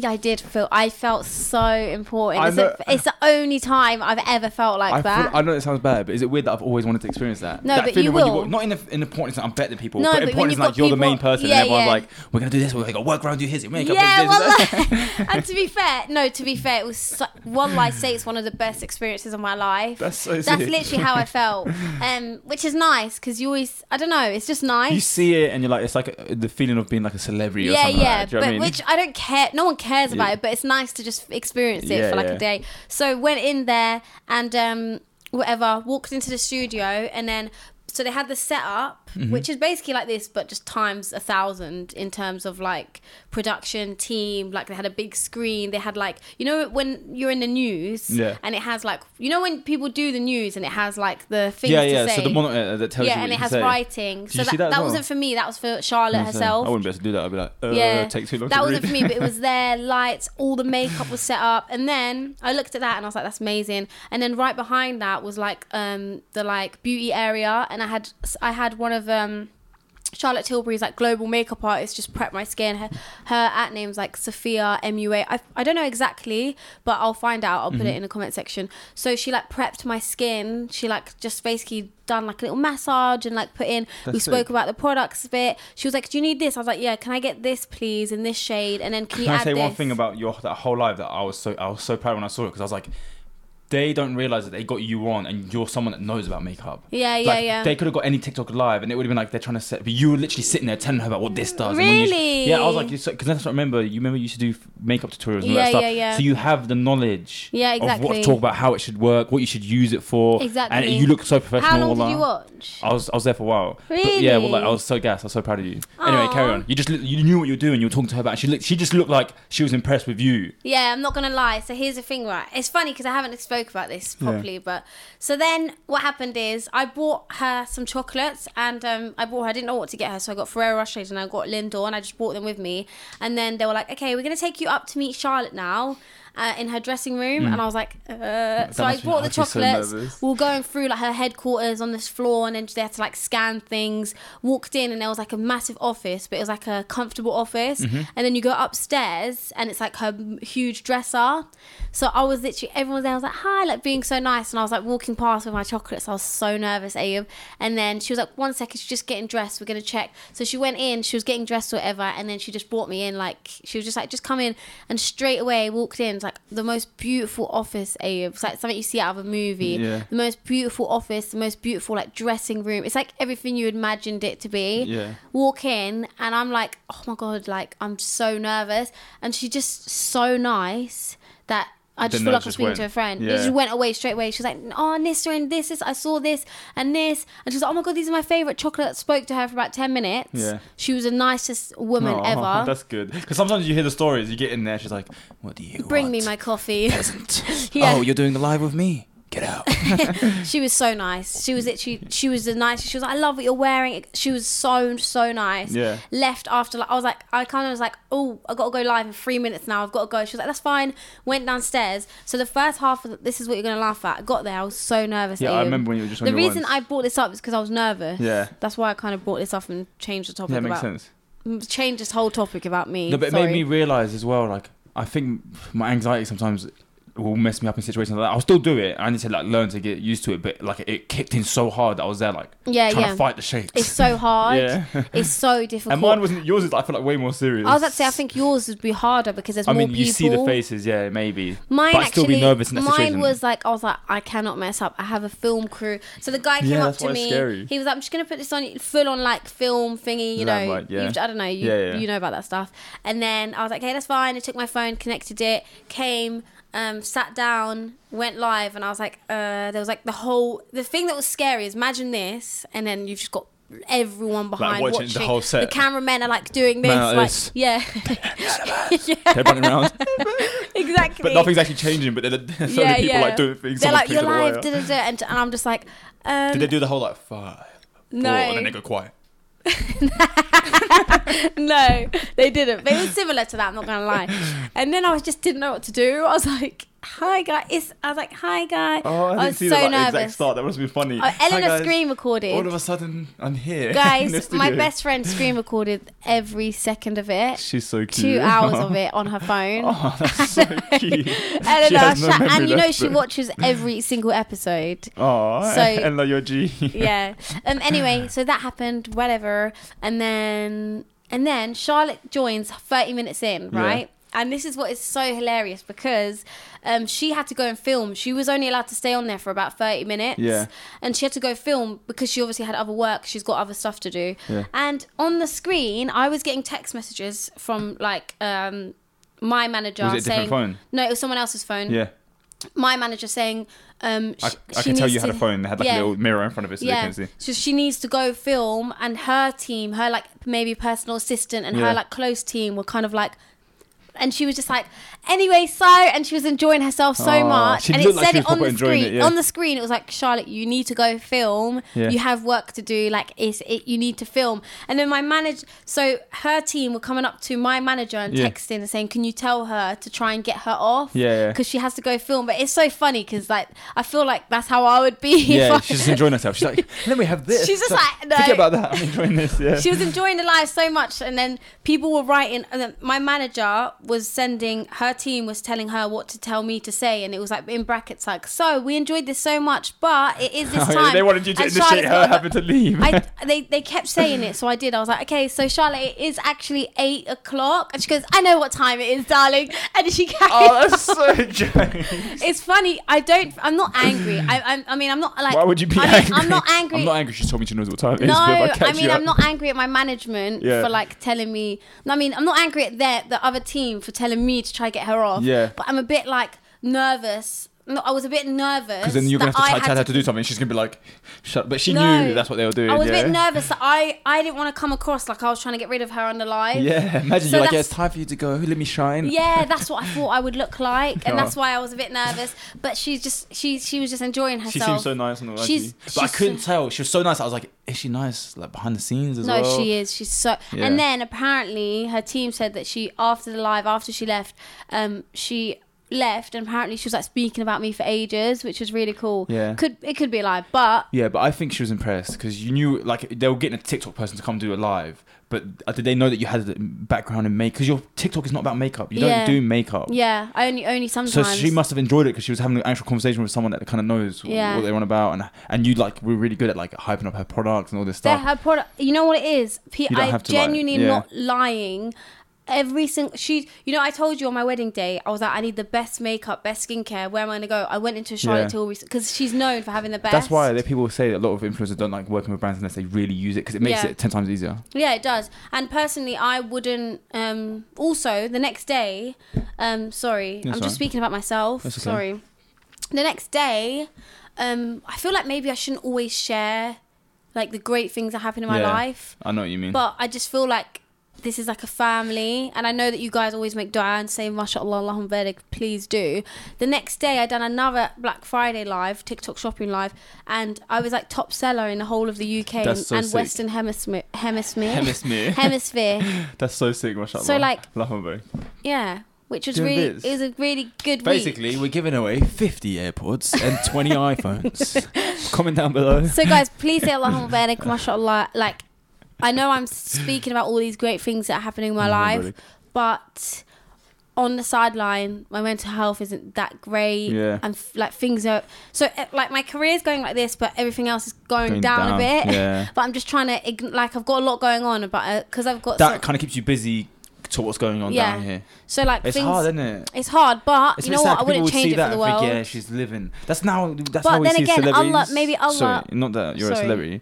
Speaker 2: Yeah, I did feel. I felt so important.
Speaker 1: I
Speaker 2: It's, the-
Speaker 1: know-
Speaker 2: it's the only time I've ever felt like
Speaker 1: I,
Speaker 2: that.
Speaker 1: feel, I know it sounds bad, but is it weird that I've always wanted to experience that?
Speaker 2: No,
Speaker 1: that
Speaker 2: but
Speaker 1: feeling
Speaker 2: you
Speaker 1: when
Speaker 2: will.
Speaker 1: walk- not in the in the importance that I'm better than people,
Speaker 2: No,
Speaker 1: but
Speaker 2: but when
Speaker 1: importance
Speaker 2: you've
Speaker 1: like
Speaker 2: got
Speaker 1: you're the main
Speaker 2: people-
Speaker 1: person,
Speaker 2: yeah,
Speaker 1: and everyone's
Speaker 2: yeah.
Speaker 1: like, "We're gonna do this. We're gonna go work around, do his, make up
Speaker 2: yeah,
Speaker 1: this, this, this."
Speaker 2: wallah. and to be fair, no, to be fair, it was so, wallah, I say it's one of the best experiences of my life.
Speaker 1: That's so
Speaker 2: That's
Speaker 1: sick.
Speaker 2: literally how I felt, um, which is nice because you always, I don't know, it's just nice.
Speaker 1: You see it, and you're like, it's like uh, the feeling of being like a celebrity or something. like that. Do you know
Speaker 2: but
Speaker 1: what I mean?
Speaker 2: which I don't care. No one cares about
Speaker 1: Yeah.
Speaker 2: it, but it's nice to just experience it
Speaker 1: Yeah,
Speaker 2: for like
Speaker 1: yeah.
Speaker 2: a day. So went in there and um, whatever, walked into the studio, and then so they had the setup,
Speaker 1: Mm-hmm.
Speaker 2: which is basically like this, but just times a thousand in terms of like production team. Like they had a big screen. They had like you know when you're in the news,
Speaker 1: Yeah.
Speaker 2: and it has like you know when people do the news and it has like the things
Speaker 1: yeah,
Speaker 2: to
Speaker 1: yeah.
Speaker 2: say.
Speaker 1: So the monitor that tells you
Speaker 2: yeah,
Speaker 1: what
Speaker 2: and
Speaker 1: you
Speaker 2: it
Speaker 1: can
Speaker 2: has
Speaker 1: say.
Speaker 2: writing. so
Speaker 1: you see
Speaker 2: that,
Speaker 1: that as
Speaker 2: that
Speaker 1: well?
Speaker 2: wasn't for me. That was for Charlotte
Speaker 1: That's it.
Speaker 2: herself
Speaker 1: I wouldn't be able to do that. I'd be like, uh,
Speaker 2: yeah,
Speaker 1: take too long.
Speaker 2: That
Speaker 1: to
Speaker 2: wasn't
Speaker 1: read.
Speaker 2: for me, but it was there. Lights, all the makeup was set up, and then I looked at that and I was like, "That's amazing." And then right behind that was like um the like beauty area, and I had I had one of um. Charlotte Tilbury's like global makeup artist just prep my skin. Her, her at name's like Sophia MUA. I, I don't know exactly, but I'll find out. I'll put
Speaker 1: Mm-hmm.
Speaker 2: it in the comment section. So she like prepped my skin. She like just basically done like a little massage and like put in. we
Speaker 1: That's
Speaker 2: spoke
Speaker 1: sick.
Speaker 2: about the products a bit. She was like, "Do you need this?" I was like, "Yeah." Can I get this, please, in this shade? And then can, you
Speaker 1: Can I
Speaker 2: add
Speaker 1: say
Speaker 2: this?
Speaker 1: one thing about your that whole life that I was so I was so proud when I saw it because I was like, they don't realize that they got you on and you're someone that knows about makeup.
Speaker 2: Yeah, yeah,
Speaker 1: Like,
Speaker 2: yeah.
Speaker 1: They could have got any TikTok live and it would have been like they're trying to set, but you were literally sitting there telling her about what this does. and when you sh-
Speaker 2: Really?
Speaker 1: yeah, I was like, because that's what I remember. You remember you used to do f- makeup tutorials and all
Speaker 2: Yeah,
Speaker 1: that stuff.
Speaker 2: yeah, yeah.
Speaker 1: So you have the knowledge
Speaker 2: Yeah,
Speaker 1: of what
Speaker 2: exactly.
Speaker 1: to talk about, how it should work, what you should use it for. And
Speaker 2: Exactly.
Speaker 1: you look so professional.
Speaker 2: How long
Speaker 1: all
Speaker 2: did you
Speaker 1: that.
Speaker 2: watch?
Speaker 1: I was I was there for a while. But yeah, well, like I
Speaker 2: Really?
Speaker 1: was so gassed. I was so proud of you. Anyway, carry
Speaker 2: Aw.
Speaker 1: on. You just li- you knew what you were doing. You were talking to her about. She looked. She just looked like she was impressed with you.
Speaker 2: Yeah, I'm not gonna lie. So here's the thing, right? It's funny because I haven't spoke about this
Speaker 1: Yeah.
Speaker 2: properly, but so then what happened is I bought her some chocolates and um, I bought her. I didn't know what to get her, so I got Ferrero Rocher and I got Lindor, and I just brought them with me. And then they were like, "Okay, we're gonna take you up to meet Charlotte now." Uh, in her dressing room, and I was like, uh.
Speaker 1: Hmm.
Speaker 2: so I
Speaker 1: must be-
Speaker 2: bought
Speaker 1: I'd
Speaker 2: the
Speaker 1: be so
Speaker 2: chocolates.
Speaker 1: nervous.
Speaker 2: we were going through like her headquarters on this floor, and then they had to like scan things. Walked in, and there was like a massive office, but it was like a comfortable office. And then you go upstairs, and it's like her m- huge dresser. So I was literally everyone was there. I was like, "Hi," like being so nice, and I was like walking past with my chocolates. I was so nervous, Abe. And then she was like, "One second, she's just getting dressed. We're gonna check." So she went in. She was getting dressed, or whatever, and then she just brought me in. Like she was just like, "Just come in," and straight away walked in. It's like the most beautiful office, Abe. It's like something you see out of a movie
Speaker 1: Yeah.
Speaker 2: the most beautiful office, the most beautiful like dressing room. It's like everything you imagined it to be.
Speaker 1: Yeah.
Speaker 2: Walk in and I'm like, oh my god, like I'm so nervous. And she's just so nice that I just
Speaker 1: The
Speaker 2: feel like
Speaker 1: nerves
Speaker 2: I'm
Speaker 1: just
Speaker 2: speaking to
Speaker 1: went.
Speaker 2: a friend.
Speaker 1: Yeah.
Speaker 2: It just went away straight away. She was like, oh, Nissa and this, this, I saw this and this. And she's like, oh my God, these are my favorite chocolate. Spoke to her for about 10 minutes.
Speaker 1: Yeah.
Speaker 2: She was the nicest woman
Speaker 1: Aw,
Speaker 2: ever.
Speaker 1: That's good. Because sometimes you hear the stories. You get in there. She's like, "What do you
Speaker 2: Bring
Speaker 1: want?
Speaker 2: me my coffee.
Speaker 1: peasant?
Speaker 2: Yeah.
Speaker 1: Oh, you're doing the live with me. Get out.
Speaker 2: She was so nice. She was literally, she was the nicest. She was like, I love what you're wearing. She was so, so nice.
Speaker 1: Yeah.
Speaker 2: Left after, like, I was like, I kind of was like, oh, i got to go live in three minutes now. I've got to go. She was like, that's fine. Went downstairs. So the first half of the, this is what you're going to laugh at. I got there. I was so nervous.
Speaker 1: yeah, I
Speaker 2: Ian.
Speaker 1: remember when you were just on
Speaker 2: The
Speaker 1: your
Speaker 2: reason
Speaker 1: ones.
Speaker 2: I brought this up is because I was nervous.
Speaker 1: Yeah.
Speaker 2: That's why I kind of brought this up and changed the topic
Speaker 1: Yeah, makes
Speaker 2: about.
Speaker 1: sense.
Speaker 2: m- Changed this whole topic about me.
Speaker 1: No, but it
Speaker 2: Sorry.
Speaker 1: made me realize as well. Like, I think my anxiety sometimes will mess me up in situations like that. I'll still do it. I need to like learn to get used to it. But like, it kicked in so hard that I was there like
Speaker 2: Yeah,
Speaker 1: trying
Speaker 2: yeah.
Speaker 1: to fight the shakes.
Speaker 2: It's so hard.
Speaker 1: Yeah.
Speaker 2: It's so difficult.
Speaker 1: And mine wasn't yours. Is I feel like way more serious.
Speaker 2: I was about to say, I think yours would be harder because there's
Speaker 1: I
Speaker 2: more
Speaker 1: mean,
Speaker 2: people.
Speaker 1: you see the faces, yeah, maybe.
Speaker 2: Mine
Speaker 1: but I'd
Speaker 2: actually,
Speaker 1: still be nervous in that
Speaker 2: mine
Speaker 1: situation.
Speaker 2: was like I was like I cannot mess up. I have a film crew, so the guy came
Speaker 1: Yeah,
Speaker 2: up
Speaker 1: that's
Speaker 2: to
Speaker 1: why it's
Speaker 2: me.
Speaker 1: scary.
Speaker 2: He was like, "I'm just gonna put this on full on like film thingy, you know.
Speaker 1: Limelight, yeah.
Speaker 2: you've- I don't know, you,
Speaker 1: Yeah, yeah.
Speaker 2: you know about that stuff." And then I was like, "Okay, that's fine." I took my phone, connected it, came, um, sat down, went live, and I was like, uh, "There was like the whole the thing that was scary is imagine this, and then you've just got." Everyone behind
Speaker 1: watching the
Speaker 2: watching,
Speaker 1: whole set.
Speaker 2: The cameramen are like doing this,
Speaker 1: Man like
Speaker 2: like
Speaker 1: this.
Speaker 2: yeah,
Speaker 1: They're running around,
Speaker 2: exactly.
Speaker 1: but nothing's actually changing. But then so many people like doing things.
Speaker 2: They're
Speaker 1: someone
Speaker 2: like,
Speaker 1: picks
Speaker 2: you're
Speaker 1: up a wire."
Speaker 2: live, da, da, da, and, and I'm just like, um,
Speaker 1: Did they do the whole like five?
Speaker 2: no,
Speaker 1: Four, and then they go quiet.
Speaker 2: no, they didn't. But it was similar to that. I'm not gonna lie. And then I was just didn't know what to do. I was like, hi guy, it's. I was like, hi guy.
Speaker 1: Oh, I didn't
Speaker 2: was
Speaker 1: see
Speaker 2: so
Speaker 1: the like, exact
Speaker 2: nervous.
Speaker 1: start. That must be funny.
Speaker 2: Oh,
Speaker 1: Hi,
Speaker 2: Eleanor
Speaker 1: guys.
Speaker 2: scream recorded.
Speaker 1: All of a sudden, I'm here. in the
Speaker 2: Guys, my
Speaker 1: studio.
Speaker 2: best friend screen recorded every second of it.
Speaker 1: She's so cute.
Speaker 2: two hours of it on her phone.
Speaker 1: Oh, that's so cute.
Speaker 2: Eleanor,
Speaker 1: she has no
Speaker 2: sha-
Speaker 1: memory
Speaker 2: and you know
Speaker 1: left,
Speaker 2: she
Speaker 1: but-
Speaker 2: watches every single episode.
Speaker 1: Oh,
Speaker 2: So-
Speaker 1: Eleanor, you're a G.
Speaker 2: yeah. Um. Anyway, so that happened. Whatever. And then and then Charlotte joins 30 minutes in,
Speaker 1: Yeah.
Speaker 2: right? And this is what is so hilarious because um, she had to go and film. She was only allowed to stay on there for about 30 minutes.
Speaker 1: Yeah.
Speaker 2: And she had to go film because she obviously had other work. She's got other stuff to do.
Speaker 1: Yeah.
Speaker 2: And on the screen, I was getting text messages from like um, my manager
Speaker 1: Was it a different
Speaker 2: saying.
Speaker 1: phone?
Speaker 2: No, it was someone else's phone.
Speaker 1: Yeah,
Speaker 2: My manager saying. Um,
Speaker 1: I,
Speaker 2: sh-
Speaker 1: I
Speaker 2: she
Speaker 1: can tell
Speaker 2: needs
Speaker 1: you had
Speaker 2: to-
Speaker 1: a phone. They had like
Speaker 2: Yeah.
Speaker 1: a little mirror in front of it so they
Speaker 2: Yeah.
Speaker 1: can see.
Speaker 2: So she needs to go film, and her team, her like maybe personal assistant and
Speaker 1: Yeah.
Speaker 2: her like close team were kind of like. And she was just like, anyway, so, and she was enjoying herself so
Speaker 1: Aw,
Speaker 2: much.
Speaker 1: Oh, she
Speaker 2: And it
Speaker 1: looked like
Speaker 2: said
Speaker 1: she
Speaker 2: it
Speaker 1: was
Speaker 2: on the
Speaker 1: proper enjoying
Speaker 2: screen.
Speaker 1: it, yeah.
Speaker 2: On the screen, it was like, Charlotte, you need to go film.
Speaker 1: Yeah.
Speaker 2: You have work to do. Like, it's, it, you need to film. And then my manager, so her team were coming up to my manager and
Speaker 1: Yeah.
Speaker 2: texting and saying, can you tell her to try and get her off?
Speaker 1: Yeah, yeah.
Speaker 2: Because she has to go film. But it's so funny because, like, I feel like that's how I would be. if I-
Speaker 1: Yeah, she's just enjoying herself. She's like, and then we have this.
Speaker 2: She's just like, no.
Speaker 1: Forget about that. I'm enjoying this. Yeah.
Speaker 2: she was enjoying the life so much and then people were writing and then my manager was sending her team was telling her what to tell me to say, and it was like in brackets, like, so we enjoyed this so much, but it is this
Speaker 1: Oh, yeah,
Speaker 2: time.
Speaker 1: they wanted you to
Speaker 2: and
Speaker 1: initiate
Speaker 2: Charlotte's
Speaker 1: her
Speaker 2: not-
Speaker 1: having to leave.
Speaker 2: I, they, they kept saying it, so I did. I was like, okay, so Charlotte, it is actually eight o'clock. And she goes, I know what time it is, darling. And she carried
Speaker 1: oh, that's
Speaker 2: on.
Speaker 1: so James.
Speaker 2: It's funny. I don't. I'm not angry. I, I'm, I mean, I'm not like.
Speaker 1: Why would you be
Speaker 2: I mean,
Speaker 1: angry?
Speaker 2: I'm not angry.
Speaker 1: I'm not angry. She told me she knows what time it is.
Speaker 2: no,
Speaker 1: but if I,
Speaker 2: I,
Speaker 1: catch
Speaker 2: mean,
Speaker 1: you
Speaker 2: I'm
Speaker 1: out-
Speaker 2: not angry at my management
Speaker 1: Yeah.
Speaker 2: for like telling me. I mean, I'm not angry at their, the other team for telling me to try to get her off.
Speaker 1: Yeah.
Speaker 2: But I'm a bit like nervous. No, I was a bit nervous.
Speaker 1: Because then you're gonna
Speaker 2: that I
Speaker 1: have to
Speaker 2: had
Speaker 1: tell her to do something. She's gonna be like, "Shut!" But she
Speaker 2: No.
Speaker 1: knew that's what they were doing.
Speaker 2: I was
Speaker 1: yeah.
Speaker 2: a bit nervous that I, I didn't want to come across like I was trying to get rid of her on the live.
Speaker 1: Yeah, imagine
Speaker 2: So
Speaker 1: you're like, yeah,
Speaker 2: that's-
Speaker 1: it's time for you to go. Let me shine.
Speaker 2: Yeah, that's what I thought I would look like, and
Speaker 1: Yeah.
Speaker 2: that's why I was a bit nervous. But she's just she she was just enjoying herself.
Speaker 1: She seems so nice on the
Speaker 2: She's-
Speaker 1: she's, but I
Speaker 2: she's
Speaker 1: couldn't tell. She was so nice. I was like, is she nice like behind the scenes as
Speaker 2: No,
Speaker 1: well?
Speaker 2: she is. She's so.
Speaker 1: Yeah.
Speaker 2: And then apparently her team said that she after the live, after she left, um, she left, and apparently she was like speaking about me for ages, which was really cool.
Speaker 1: Yeah.
Speaker 2: could it could be a lie, but
Speaker 1: Yeah, but I think she was impressed because you knew like they were getting a TikTok person to come do it live. But uh, did they know that you had a background in makeup? Because your TikTok is not about makeup. You
Speaker 2: Yeah.
Speaker 1: don't do makeup.
Speaker 2: yeah, only only sometimes.
Speaker 1: So she must have enjoyed it because she was having an actual conversation with someone that kind of knows wh-
Speaker 2: Yeah.
Speaker 1: what they're on about, and and you like were really good at like hyping up her products and all this
Speaker 2: They're
Speaker 1: stuff.
Speaker 2: her product. You know what it is? P-
Speaker 1: You don't
Speaker 2: I
Speaker 1: have to lie.
Speaker 2: genuinely am
Speaker 1: Yeah.
Speaker 2: not lying. Every single she, you know, I told you on my wedding day, I was like, I need the best makeup, best skincare. Where am I gonna go? I went into Charlotte
Speaker 1: Yeah.
Speaker 2: Tilbury because she's known for having the best.
Speaker 1: That's why that people say that a lot of influencers don't like working with brands unless they really use it because it makes
Speaker 2: Yeah.
Speaker 1: it ten times easier.
Speaker 2: Yeah, it does. And personally, I wouldn't. Um, also, the next day, um, sorry, I'm
Speaker 1: That's
Speaker 2: just
Speaker 1: alright.
Speaker 2: speaking about myself.
Speaker 1: That's okay.
Speaker 2: Sorry. The next day, um, I feel like maybe I shouldn't always share like the great things that happen in my
Speaker 1: Yeah. Mm.
Speaker 2: life,
Speaker 1: I know what you mean.
Speaker 2: but I just feel like this is like a family, and I know that you guys always make dua and say mashallah, Allahumma barik, please do. The next day, I done another Black Friday live, TikTok shopping live, and I was like top seller in the whole of the UK and,
Speaker 1: That's so
Speaker 2: and
Speaker 1: sick.
Speaker 2: Western Hemisphere. Hemisphere
Speaker 1: Hemisphere.
Speaker 2: hemisphere.
Speaker 1: That's so sick, mashallah.
Speaker 2: So, like-
Speaker 1: Love him, bro.
Speaker 2: Yeah, which was
Speaker 1: Doing
Speaker 2: really
Speaker 1: bits.
Speaker 2: it was a really good week.
Speaker 1: Basically, we're giving away 50 AirPods and 20 iPhones. Comment down below.
Speaker 2: So guys, please say Allahumma barik, mashallah. Like, I know I'm speaking about all these great things that are happening in my
Speaker 1: Allahumma
Speaker 2: life,
Speaker 1: barik.
Speaker 2: but on the sideline, my mental health isn't that great.
Speaker 1: Yeah.
Speaker 2: And f- like things are so eh, like my career's going like this, but everything else is going,
Speaker 1: Going
Speaker 2: down, a
Speaker 1: down,
Speaker 2: bit.
Speaker 1: yeah.
Speaker 2: but I'm just trying to ign- like I've got a lot going on, but because I've got
Speaker 1: That
Speaker 2: so,
Speaker 1: kind of keeps you busy to what's going on
Speaker 2: Yeah.
Speaker 1: down here.
Speaker 2: so like
Speaker 1: It's
Speaker 2: things.
Speaker 1: hard, isn't it?
Speaker 2: it's hard, but
Speaker 1: It's
Speaker 2: you
Speaker 1: a bit
Speaker 2: know
Speaker 1: sad
Speaker 2: what? I
Speaker 1: 'cause people
Speaker 2: wouldn't
Speaker 1: would
Speaker 2: change
Speaker 1: see
Speaker 2: it
Speaker 1: that
Speaker 2: for the
Speaker 1: and
Speaker 2: world.
Speaker 1: Think, yeah, she's living. That's now. That's
Speaker 2: But
Speaker 1: how we
Speaker 2: then
Speaker 1: see
Speaker 2: again,
Speaker 1: celebrities.
Speaker 2: Allah- maybe Allah-
Speaker 1: Sorry, not that you're
Speaker 2: Sorry.
Speaker 1: a celebrity.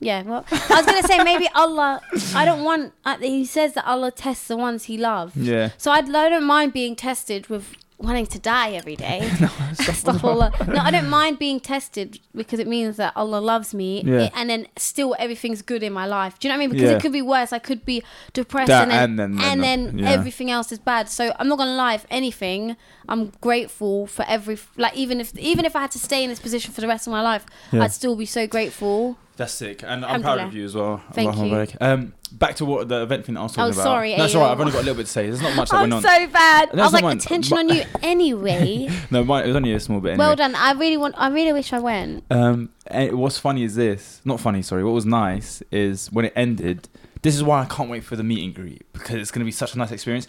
Speaker 2: Yeah, well, I was gonna say maybe Allah. I don't want. uh, He says that Allah tests the ones He loves.
Speaker 1: Yeah.
Speaker 2: So I'd, I don't mind being tested with wanting to die every day. Stuff Allah. No, I don't mind being tested because it means that Allah loves me, eh,
Speaker 1: Yeah.
Speaker 2: and then still everything's good in my life. Do you know what I mean? Because
Speaker 1: Yeah.
Speaker 2: it could be worse. I could be depressed,
Speaker 1: That
Speaker 2: and
Speaker 1: and
Speaker 2: then and
Speaker 1: then-
Speaker 2: then,
Speaker 1: then- yeah.
Speaker 2: everything else is bad. So I'm not gonna lie. If anything, I'm grateful for every like even if even if I had to stay in this position for the rest of my life,
Speaker 1: Yeah.
Speaker 2: I'd still be so grateful.
Speaker 1: That's sick, and I'm proud of
Speaker 2: Alhamdulillah.
Speaker 1: you as well.
Speaker 2: Thank
Speaker 1: Allahumma
Speaker 2: you.
Speaker 1: barik. Um, back to what the event thing that I was talking
Speaker 2: Oh,
Speaker 1: about.
Speaker 2: sorry,
Speaker 1: that's all right. I've
Speaker 2: Ayo.
Speaker 1: only got a little bit to say. There's not much that
Speaker 2: I'm
Speaker 1: went on.
Speaker 2: so bad.
Speaker 1: No,
Speaker 2: I
Speaker 1: it's not
Speaker 2: was like
Speaker 1: mine.
Speaker 2: attention on you anyway.
Speaker 1: no, mine, it was only a small bit. Anyway.
Speaker 2: Well done. I really want. I really wish I went.
Speaker 1: Um, and what's funny is this. Not funny, sorry. What was nice is when it ended. This is why I can't wait for the meet and greet because it's gonna be such a nice experience.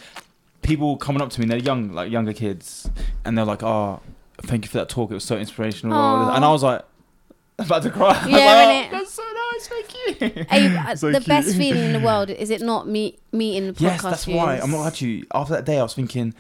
Speaker 1: People coming up to me, they're young, like younger kids, and they're like, "Oh, thank you for that talk. It was so inspirational."
Speaker 2: Aw.
Speaker 1: And I was like, about to cry. I was
Speaker 2: Yeah,
Speaker 1: like,
Speaker 2: innit?
Speaker 1: "Oh, that's so nice. Thank you.
Speaker 2: Hey, uh,
Speaker 1: So
Speaker 2: the
Speaker 1: cute.
Speaker 2: best feeling in the world is it not meet meeting the podcast?
Speaker 1: Yes, that's why.
Speaker 2: views?
Speaker 1: I'm not lying to you. After that day, I was thinking,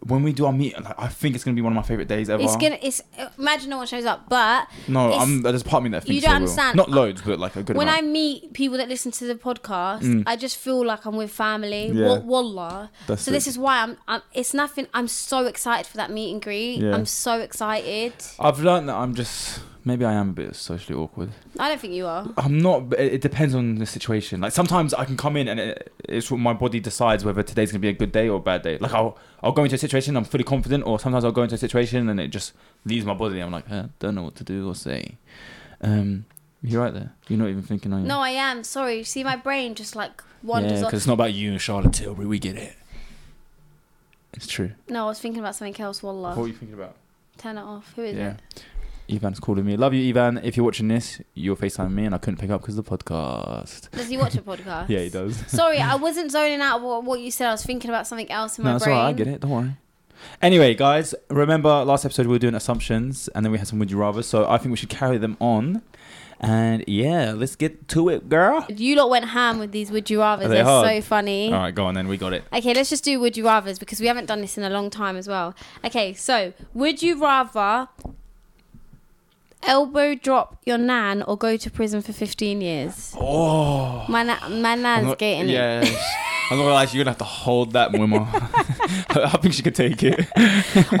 Speaker 1: when we do our meet, like, I think it's gonna be one of my favorite days ever.
Speaker 2: It's gonna. It's uh, imagine no one shows up, but
Speaker 1: no,
Speaker 2: it's-
Speaker 1: I'm, there's a part of me that
Speaker 2: you
Speaker 1: thinks
Speaker 2: don't
Speaker 1: they will.
Speaker 2: understand.
Speaker 1: Not loads, but like a good
Speaker 2: when
Speaker 1: amount.
Speaker 2: I meet people that listen to the podcast,
Speaker 1: Mm.
Speaker 2: I just feel like I'm with family.
Speaker 1: Yeah.
Speaker 2: Wa- Wallah.
Speaker 1: That's
Speaker 2: so
Speaker 1: it.
Speaker 2: this is why I'm, I'm. It's nothing. I'm so excited for that meet and greet.
Speaker 1: Yeah.
Speaker 2: I'm so excited.
Speaker 1: I've learned that I'm just maybe I am a bit socially awkward.
Speaker 2: I don't think you are.
Speaker 1: I'm not. but It it depends on the situation. Like sometimes I can come in and it, it's what my body decides whether today's gonna be a good day or a bad day. Like I'll I'll go into a situation I'm fully confident, or sometimes I'll go into a situation and it just leaves my body. I'm like I don't know what to do or say. Um, you're right there. You're not even thinking. Are you?
Speaker 2: No, I am. Sorry. You See, my brain just like
Speaker 1: Mm. yeah,
Speaker 2: wanders off.
Speaker 1: because it's not about you and Charlotte Tilbury. We get it. It's true.
Speaker 2: No, I was thinking about something else. Wallah.
Speaker 1: What were you thinking about?
Speaker 2: Turn it off. Who is
Speaker 1: yeah.
Speaker 2: it?
Speaker 1: Ivan's calling me. Love you, Ivan. If you're watching this, you're FaceTiming me and I couldn't pick up because of the podcast.
Speaker 2: Does he watch a podcast?
Speaker 1: Yeah, he does.
Speaker 2: Sorry, I wasn't zoning out what, what you said. I was thinking about something else in
Speaker 1: no,
Speaker 2: my
Speaker 1: that's
Speaker 2: brain.
Speaker 1: all right. I get it. Don't worry. Anyway, guys, remember last episode we were doing assumptions and then we had some would you rather. So I think we should carry them on. And yeah, let's get to it, girl.
Speaker 2: You lot went ham with these would you rather's.
Speaker 1: They
Speaker 2: They're
Speaker 1: hard.
Speaker 2: so funny.
Speaker 1: All right, go on then. We got it.
Speaker 2: Okay, let's just do would you rather's because we haven't done this in a long time as well. Okay, so would you rather elbow drop your nan or go to prison for 15 years?
Speaker 1: Oh.
Speaker 2: My, na- my nan's getting it.
Speaker 1: yeah. I'm not gonna lie, to you, you're gonna have to hold that, Mwima. I think she could take it.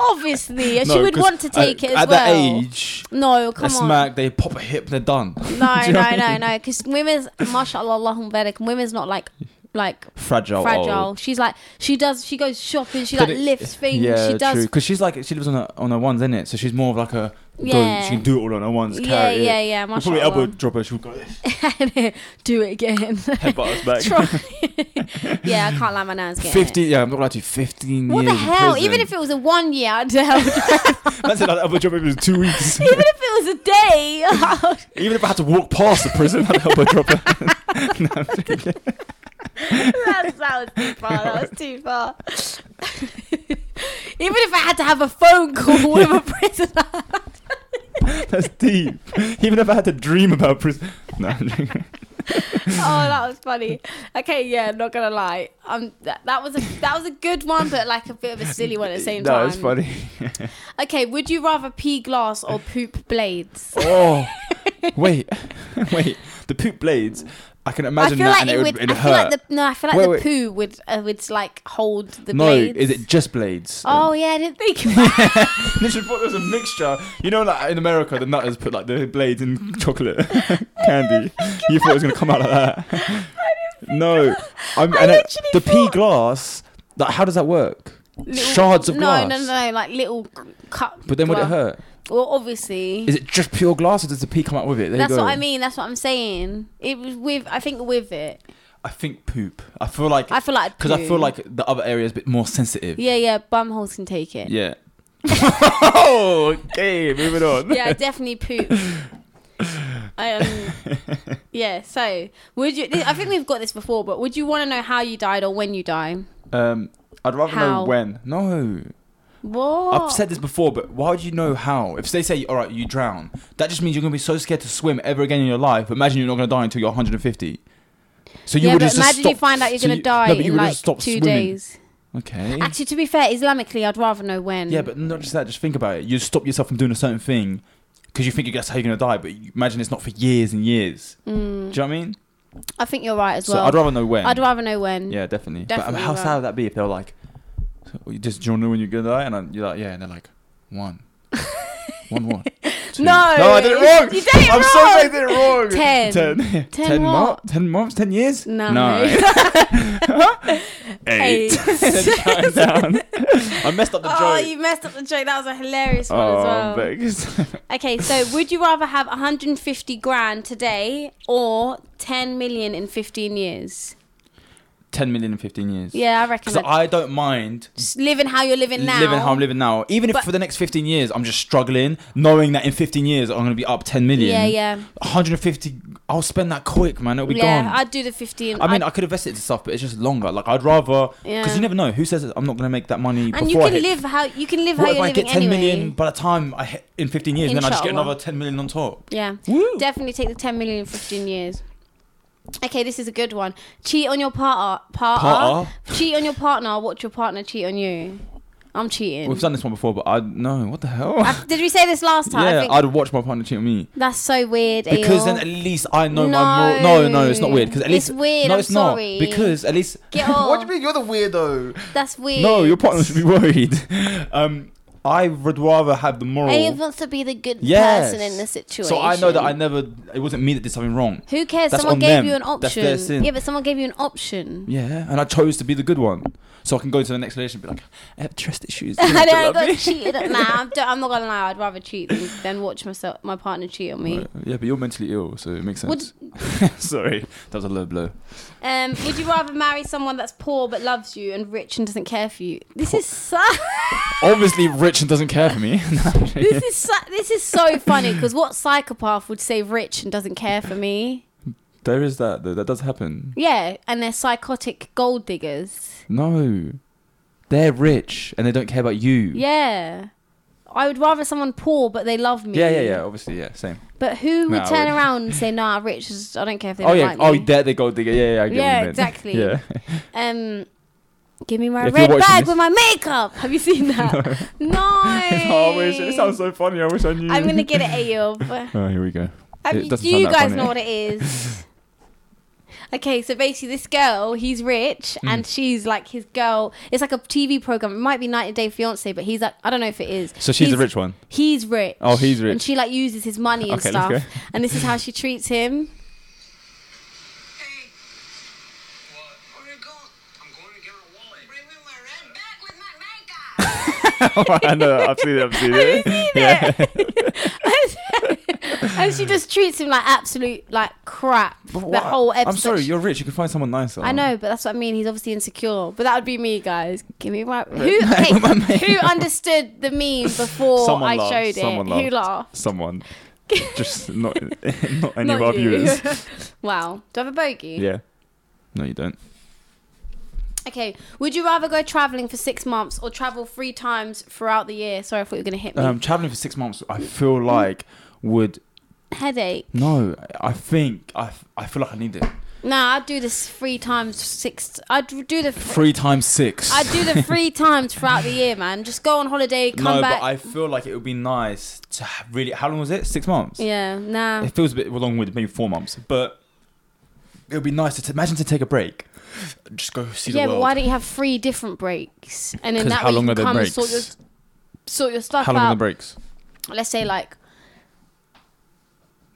Speaker 2: Obviously, and she
Speaker 1: No,
Speaker 2: would
Speaker 1: 'cause
Speaker 2: want to take
Speaker 1: at,
Speaker 2: it as
Speaker 1: at
Speaker 2: well.
Speaker 1: that age.
Speaker 2: no, come
Speaker 1: they
Speaker 2: on.
Speaker 1: smack, they pop a hip, they're done.
Speaker 2: No,
Speaker 1: Do you know
Speaker 2: no,
Speaker 1: what I
Speaker 2: no,
Speaker 1: mean?
Speaker 2: no. Because women's, mashallah, Allahumma barik, women's not like, like
Speaker 1: Fragile.
Speaker 2: fragile.
Speaker 1: old.
Speaker 2: She's like, she does, she goes shopping, she
Speaker 1: Could
Speaker 2: like
Speaker 1: it-
Speaker 2: lifts things,
Speaker 1: Yeah,
Speaker 2: she does.
Speaker 1: Because she's like, she lives on her on her ones, isn't it? So she's more of like a. Go,
Speaker 2: Yeah.
Speaker 1: she can do it all on her ones.
Speaker 2: Yeah,
Speaker 1: carry it.
Speaker 2: yeah, yeah.
Speaker 1: We'll probably elbow
Speaker 2: Mashallah.
Speaker 1: drop her. She'll go this.
Speaker 2: Do it again.
Speaker 1: Headbutt us back.
Speaker 2: Try. yeah, I can't lie, my nan's getting it.
Speaker 1: Fifteen. Yeah, I'm not allowed to. Fifteen
Speaker 2: What the
Speaker 1: years. in
Speaker 2: hell?
Speaker 1: prison.
Speaker 2: Even if it was a one year, I'd help.
Speaker 1: that's it. I'd elbow drop her if it was two weeks.
Speaker 2: Even if it was a day, I'd
Speaker 1: Even if I had to walk past the prison, I'd elbow drop her.
Speaker 2: that, that was too far. That was too far. Even if I had to have a phone call with a prisoner.
Speaker 1: That's deep. Even if I had to dream about prison. No, I'm joking.
Speaker 2: Oh, that was funny. Okay, yeah, not gonna lie. Um, that, that was a that was a good one, but like a bit of a silly one at the same time.
Speaker 1: No, it's funny.
Speaker 2: Okay, would you rather pee glass or poop blades?
Speaker 1: Oh, wait, wait. The poop blades. I can imagine
Speaker 2: I feel
Speaker 1: that,
Speaker 2: like
Speaker 1: and it would, it'd
Speaker 2: I feel
Speaker 1: hurt.
Speaker 2: like the no, I feel like
Speaker 1: Wait,
Speaker 2: the
Speaker 1: wait.
Speaker 2: poo would uh, would like hold the
Speaker 1: no,
Speaker 2: blades.
Speaker 1: is it just blades?
Speaker 2: Oh yeah, I didn't think about
Speaker 1: This is there's a mixture. You know, like in America, the nutters put like the blades in chocolate candy. You thought it was gonna come out like that. No, I'm,
Speaker 2: I
Speaker 1: and it-
Speaker 2: literally
Speaker 1: the pea
Speaker 2: thought-
Speaker 1: glass. Like, how does that work?
Speaker 2: little-
Speaker 1: Shards of
Speaker 2: no,
Speaker 1: glass.
Speaker 2: No, no, no, like little cup.
Speaker 1: But then would it hurt?
Speaker 2: Well, obviously.
Speaker 1: Is it just pure glass, or does the pea come out with it? There
Speaker 2: that's
Speaker 1: you go.
Speaker 2: what I mean. That's what I'm saying. It was with. I think with it.
Speaker 1: I think poop. I feel like
Speaker 2: I feel like
Speaker 1: because I feel
Speaker 2: poo.
Speaker 1: like the other area is a bit more sensitive.
Speaker 2: Yeah, yeah. Bumholes can take it.
Speaker 1: Yeah. okay, moving on.
Speaker 2: yeah, I definitely poop. Um, yeah. So, would you? I think we've got this before, but would you want to know how you died or when you die?
Speaker 1: Um, I'd rather know
Speaker 2: How?
Speaker 1: when. No.
Speaker 2: What?
Speaker 1: I've said this before, but why would you know how? If they say, all right, you drown, that just means you're going to be so scared to swim ever again in your life. Imagine you're not going to die until you're 150. So you
Speaker 2: yeah,
Speaker 1: would
Speaker 2: but
Speaker 1: just
Speaker 2: imagine you
Speaker 1: stop-
Speaker 2: find out you're
Speaker 1: so
Speaker 2: gonna
Speaker 1: you-
Speaker 2: die
Speaker 1: no, but you
Speaker 2: in
Speaker 1: would
Speaker 2: like
Speaker 1: just stop
Speaker 2: two
Speaker 1: swimming.
Speaker 2: days.
Speaker 1: Okay.
Speaker 2: Actually, to be fair, Islamically, I'd rather know when.
Speaker 1: yeah, but not just that. Just think about it. You stop yourself from doing a certain thing because you think that's how you're going to die, but you imagine it's not for years and years. Do you know what I mean?
Speaker 2: Mm, I think you're right as
Speaker 1: so
Speaker 2: well.
Speaker 1: I'd rather know when.
Speaker 2: I'd rather know when.
Speaker 1: Yeah, definitely. but
Speaker 2: Definitely
Speaker 1: um, how
Speaker 2: right.
Speaker 1: sad would that be if they were like, so you just do you know when you're gonna die? And I'm, you're like, yeah, and they're like, one, one what? Two.
Speaker 2: No,
Speaker 1: no, I did it
Speaker 2: you-
Speaker 1: wrong.
Speaker 2: you did it
Speaker 1: I'm so
Speaker 2: wrong.
Speaker 1: sorry, I did it wrong.
Speaker 2: Ten.
Speaker 1: ten,
Speaker 2: Ten
Speaker 1: ten
Speaker 2: what?
Speaker 1: months, ten months, ten years.
Speaker 2: No.
Speaker 1: eight.
Speaker 2: Eight.
Speaker 1: Ten times down. I messed up the
Speaker 2: Oh,
Speaker 1: joke.
Speaker 2: you messed up the joke. That was a hilarious one
Speaker 1: Oh,
Speaker 2: as well.
Speaker 1: beggars.
Speaker 2: Okay, so would you rather have 150 grand today or 10 million in 15 years?
Speaker 1: ten million in fifteen years.
Speaker 2: Yeah, I reckon.
Speaker 1: Because
Speaker 2: that-
Speaker 1: I don't mind
Speaker 2: just living how you're living now.
Speaker 1: living how I'm living now, even if
Speaker 2: But-
Speaker 1: for the next 15 years I'm just struggling, knowing that in 15 years I'm going to be up 10 million.
Speaker 2: Yeah, yeah.
Speaker 1: 150, I'll spend that quick, man. It'll be
Speaker 2: yeah,
Speaker 1: gone.
Speaker 2: I'd do the 15.
Speaker 1: I, mean,
Speaker 2: I'd-
Speaker 1: I could invest it to stuff, but it's just longer. Like, I'd rather because
Speaker 2: Yeah.
Speaker 1: you never know who says I'm not going to make that money.
Speaker 2: and
Speaker 1: before
Speaker 2: you
Speaker 1: I hit-
Speaker 2: can live how you can live
Speaker 1: What
Speaker 2: how
Speaker 1: if
Speaker 2: you're
Speaker 1: I
Speaker 2: living
Speaker 1: get 10
Speaker 2: anyway.
Speaker 1: million by the time I hit in 15 years, and then I just get
Speaker 2: Inshallah.
Speaker 1: another 10 million on top?
Speaker 2: Yeah.
Speaker 1: Woo.
Speaker 2: Definitely take the 10 million in 15 years. Okay, this is a good one. Cheat on your partner. Partner.
Speaker 1: Partner?
Speaker 2: Cheat on your partner. or Watch your partner cheat on you. I'm cheating.
Speaker 1: We've done this one before, but I no, what the hell?
Speaker 2: I- Did we say this last time? I
Speaker 1: yeah,
Speaker 2: think
Speaker 1: I'd watch my partner cheat on me.
Speaker 2: that's so weird.
Speaker 1: Because
Speaker 2: Eyal.
Speaker 1: then at least I know my moral. No, no, it's not weird. Because at
Speaker 2: It's
Speaker 1: least
Speaker 2: weird,
Speaker 1: No,
Speaker 2: I'm
Speaker 1: it's not.
Speaker 2: sorry.
Speaker 1: Because at least
Speaker 2: Get off.
Speaker 1: what do you mean you're the weirdo?
Speaker 2: that's weird.
Speaker 1: No, your partner should be worried. Um, I would rather have the moral.
Speaker 2: Eyal wants to be the good
Speaker 1: Yes.
Speaker 2: person in the situation.
Speaker 1: So I know that I never. It wasn't me that did something wrong.
Speaker 2: Who cares?
Speaker 1: That's
Speaker 2: someone
Speaker 1: on
Speaker 2: gave
Speaker 1: them.
Speaker 2: you an
Speaker 1: That's
Speaker 2: option.
Speaker 1: their sin.
Speaker 2: Yeah, but someone gave you an option.
Speaker 1: Yeah, and I chose to be the good one, so I can go into the next relationship and be like, I have trust issues. you
Speaker 2: I
Speaker 1: don't
Speaker 2: know I
Speaker 1: love me."
Speaker 2: got cheated. Nah, I'm, d am not gonna lie. I'd rather cheat than, than watch myself, my partner cheat on me.
Speaker 1: Right, Yeah, but you're mentally ill, so it makes
Speaker 2: Would-
Speaker 1: sense. Sorry, that was a low blow.
Speaker 2: Um, would you rather marry someone that's poor but loves you and rich and doesn't care for you? This is sad.
Speaker 1: Obviously, rich and doesn't care for me.
Speaker 2: this is so, this is so funny because what psychopath would say rich and doesn't care for me?
Speaker 1: there is that though. That does happen.
Speaker 2: Yeah, and they're psychotic gold diggers.
Speaker 1: No, they're rich and they don't care about you.
Speaker 2: Yeah, I would rather someone poor but they love me.
Speaker 1: yeah, yeah, yeah. Obviously, yeah, same.
Speaker 2: But who would
Speaker 1: Nah, I
Speaker 2: turn
Speaker 1: wouldn't.
Speaker 2: around and say, "Nah, rich is I don't care if they
Speaker 1: oh
Speaker 2: don't
Speaker 1: yeah,
Speaker 2: like me."
Speaker 1: oh they're the gold digger. Yeah, yeah, I get what
Speaker 2: Yeah,
Speaker 1: you mean.
Speaker 2: exactly.
Speaker 1: Yeah,
Speaker 2: Um, give me my
Speaker 1: If you're
Speaker 2: red
Speaker 1: watching
Speaker 2: bag
Speaker 1: this-
Speaker 2: with my makeup. Have you seen that? no.
Speaker 1: oh, I wish it sounds so funny. I wish I knew.
Speaker 2: I'm gonna get it at you.
Speaker 1: Oh, here we go.
Speaker 2: Have
Speaker 1: It
Speaker 2: you-
Speaker 1: doesn't
Speaker 2: do you
Speaker 1: sound that
Speaker 2: guys
Speaker 1: funny.
Speaker 2: know what it is? okay, so basically, this girl, he's rich,
Speaker 1: Hmm.
Speaker 2: and she's like his girl. It's like a TV program. It might be Night and Day Fiance, but he's like, I don't know if it is.
Speaker 1: So she's
Speaker 2: he's,
Speaker 1: the rich one.
Speaker 2: He's rich.
Speaker 1: Oh, he's rich.
Speaker 2: And she like uses his money and
Speaker 1: Okay, let's
Speaker 2: stuff.
Speaker 1: go.
Speaker 2: And this is how she treats him.
Speaker 3: Hey. What? Where you going? I'm going to get my wallet. Bring me my red bag with my makeup.
Speaker 1: I know. I've seen it. I've seen it.
Speaker 2: and she just treats him like absolute like crap. The
Speaker 1: What?
Speaker 2: whole episode.
Speaker 1: I'm sorry. You're rich. You can find someone nicer.
Speaker 2: I know, but that's what I mean. He's obviously insecure. But that would be me, guys. Give me my who?
Speaker 1: Mate,
Speaker 2: okay,
Speaker 1: with my mate.
Speaker 2: who understood the meme before
Speaker 1: Someone
Speaker 2: I
Speaker 1: laughed.
Speaker 2: showed it?
Speaker 1: Someone
Speaker 2: Who
Speaker 1: laughed.
Speaker 2: laughed?
Speaker 1: Someone. Just not not any
Speaker 2: Not
Speaker 1: of our
Speaker 2: you.
Speaker 1: viewers.
Speaker 2: wow. Do I have a bogey?
Speaker 1: Yeah. No, you don't.
Speaker 2: Okay. Would you rather go traveling for six months or travel three times throughout the year? Sorry, I thought you were going to hit me.
Speaker 1: Um, traveling for six months, I feel like would
Speaker 2: Headache.
Speaker 1: no. I think I, I feel like I need it
Speaker 2: Nah, I'd do this three times six. I'd do the. Three-
Speaker 1: three times six.
Speaker 2: I'd do the three times throughout the year, man. Just go on holiday, come
Speaker 1: no,
Speaker 2: back.
Speaker 1: but I feel like it would be nice to ha- really. How long was it? Six months.
Speaker 2: yeah, nah.
Speaker 1: It feels a bit long with maybe four months, but it would be nice to t- imagine to take a break, just go see
Speaker 2: Yeah,
Speaker 1: the
Speaker 2: but
Speaker 1: world.
Speaker 2: why don't you have three different breaks? And then
Speaker 1: 'Cause
Speaker 2: that
Speaker 1: how
Speaker 2: way
Speaker 1: long
Speaker 2: you
Speaker 1: are the
Speaker 2: can come
Speaker 1: breaks?
Speaker 2: and sort your, sort your stuff
Speaker 1: how long are the
Speaker 2: out.
Speaker 1: breaks?
Speaker 2: Let's say like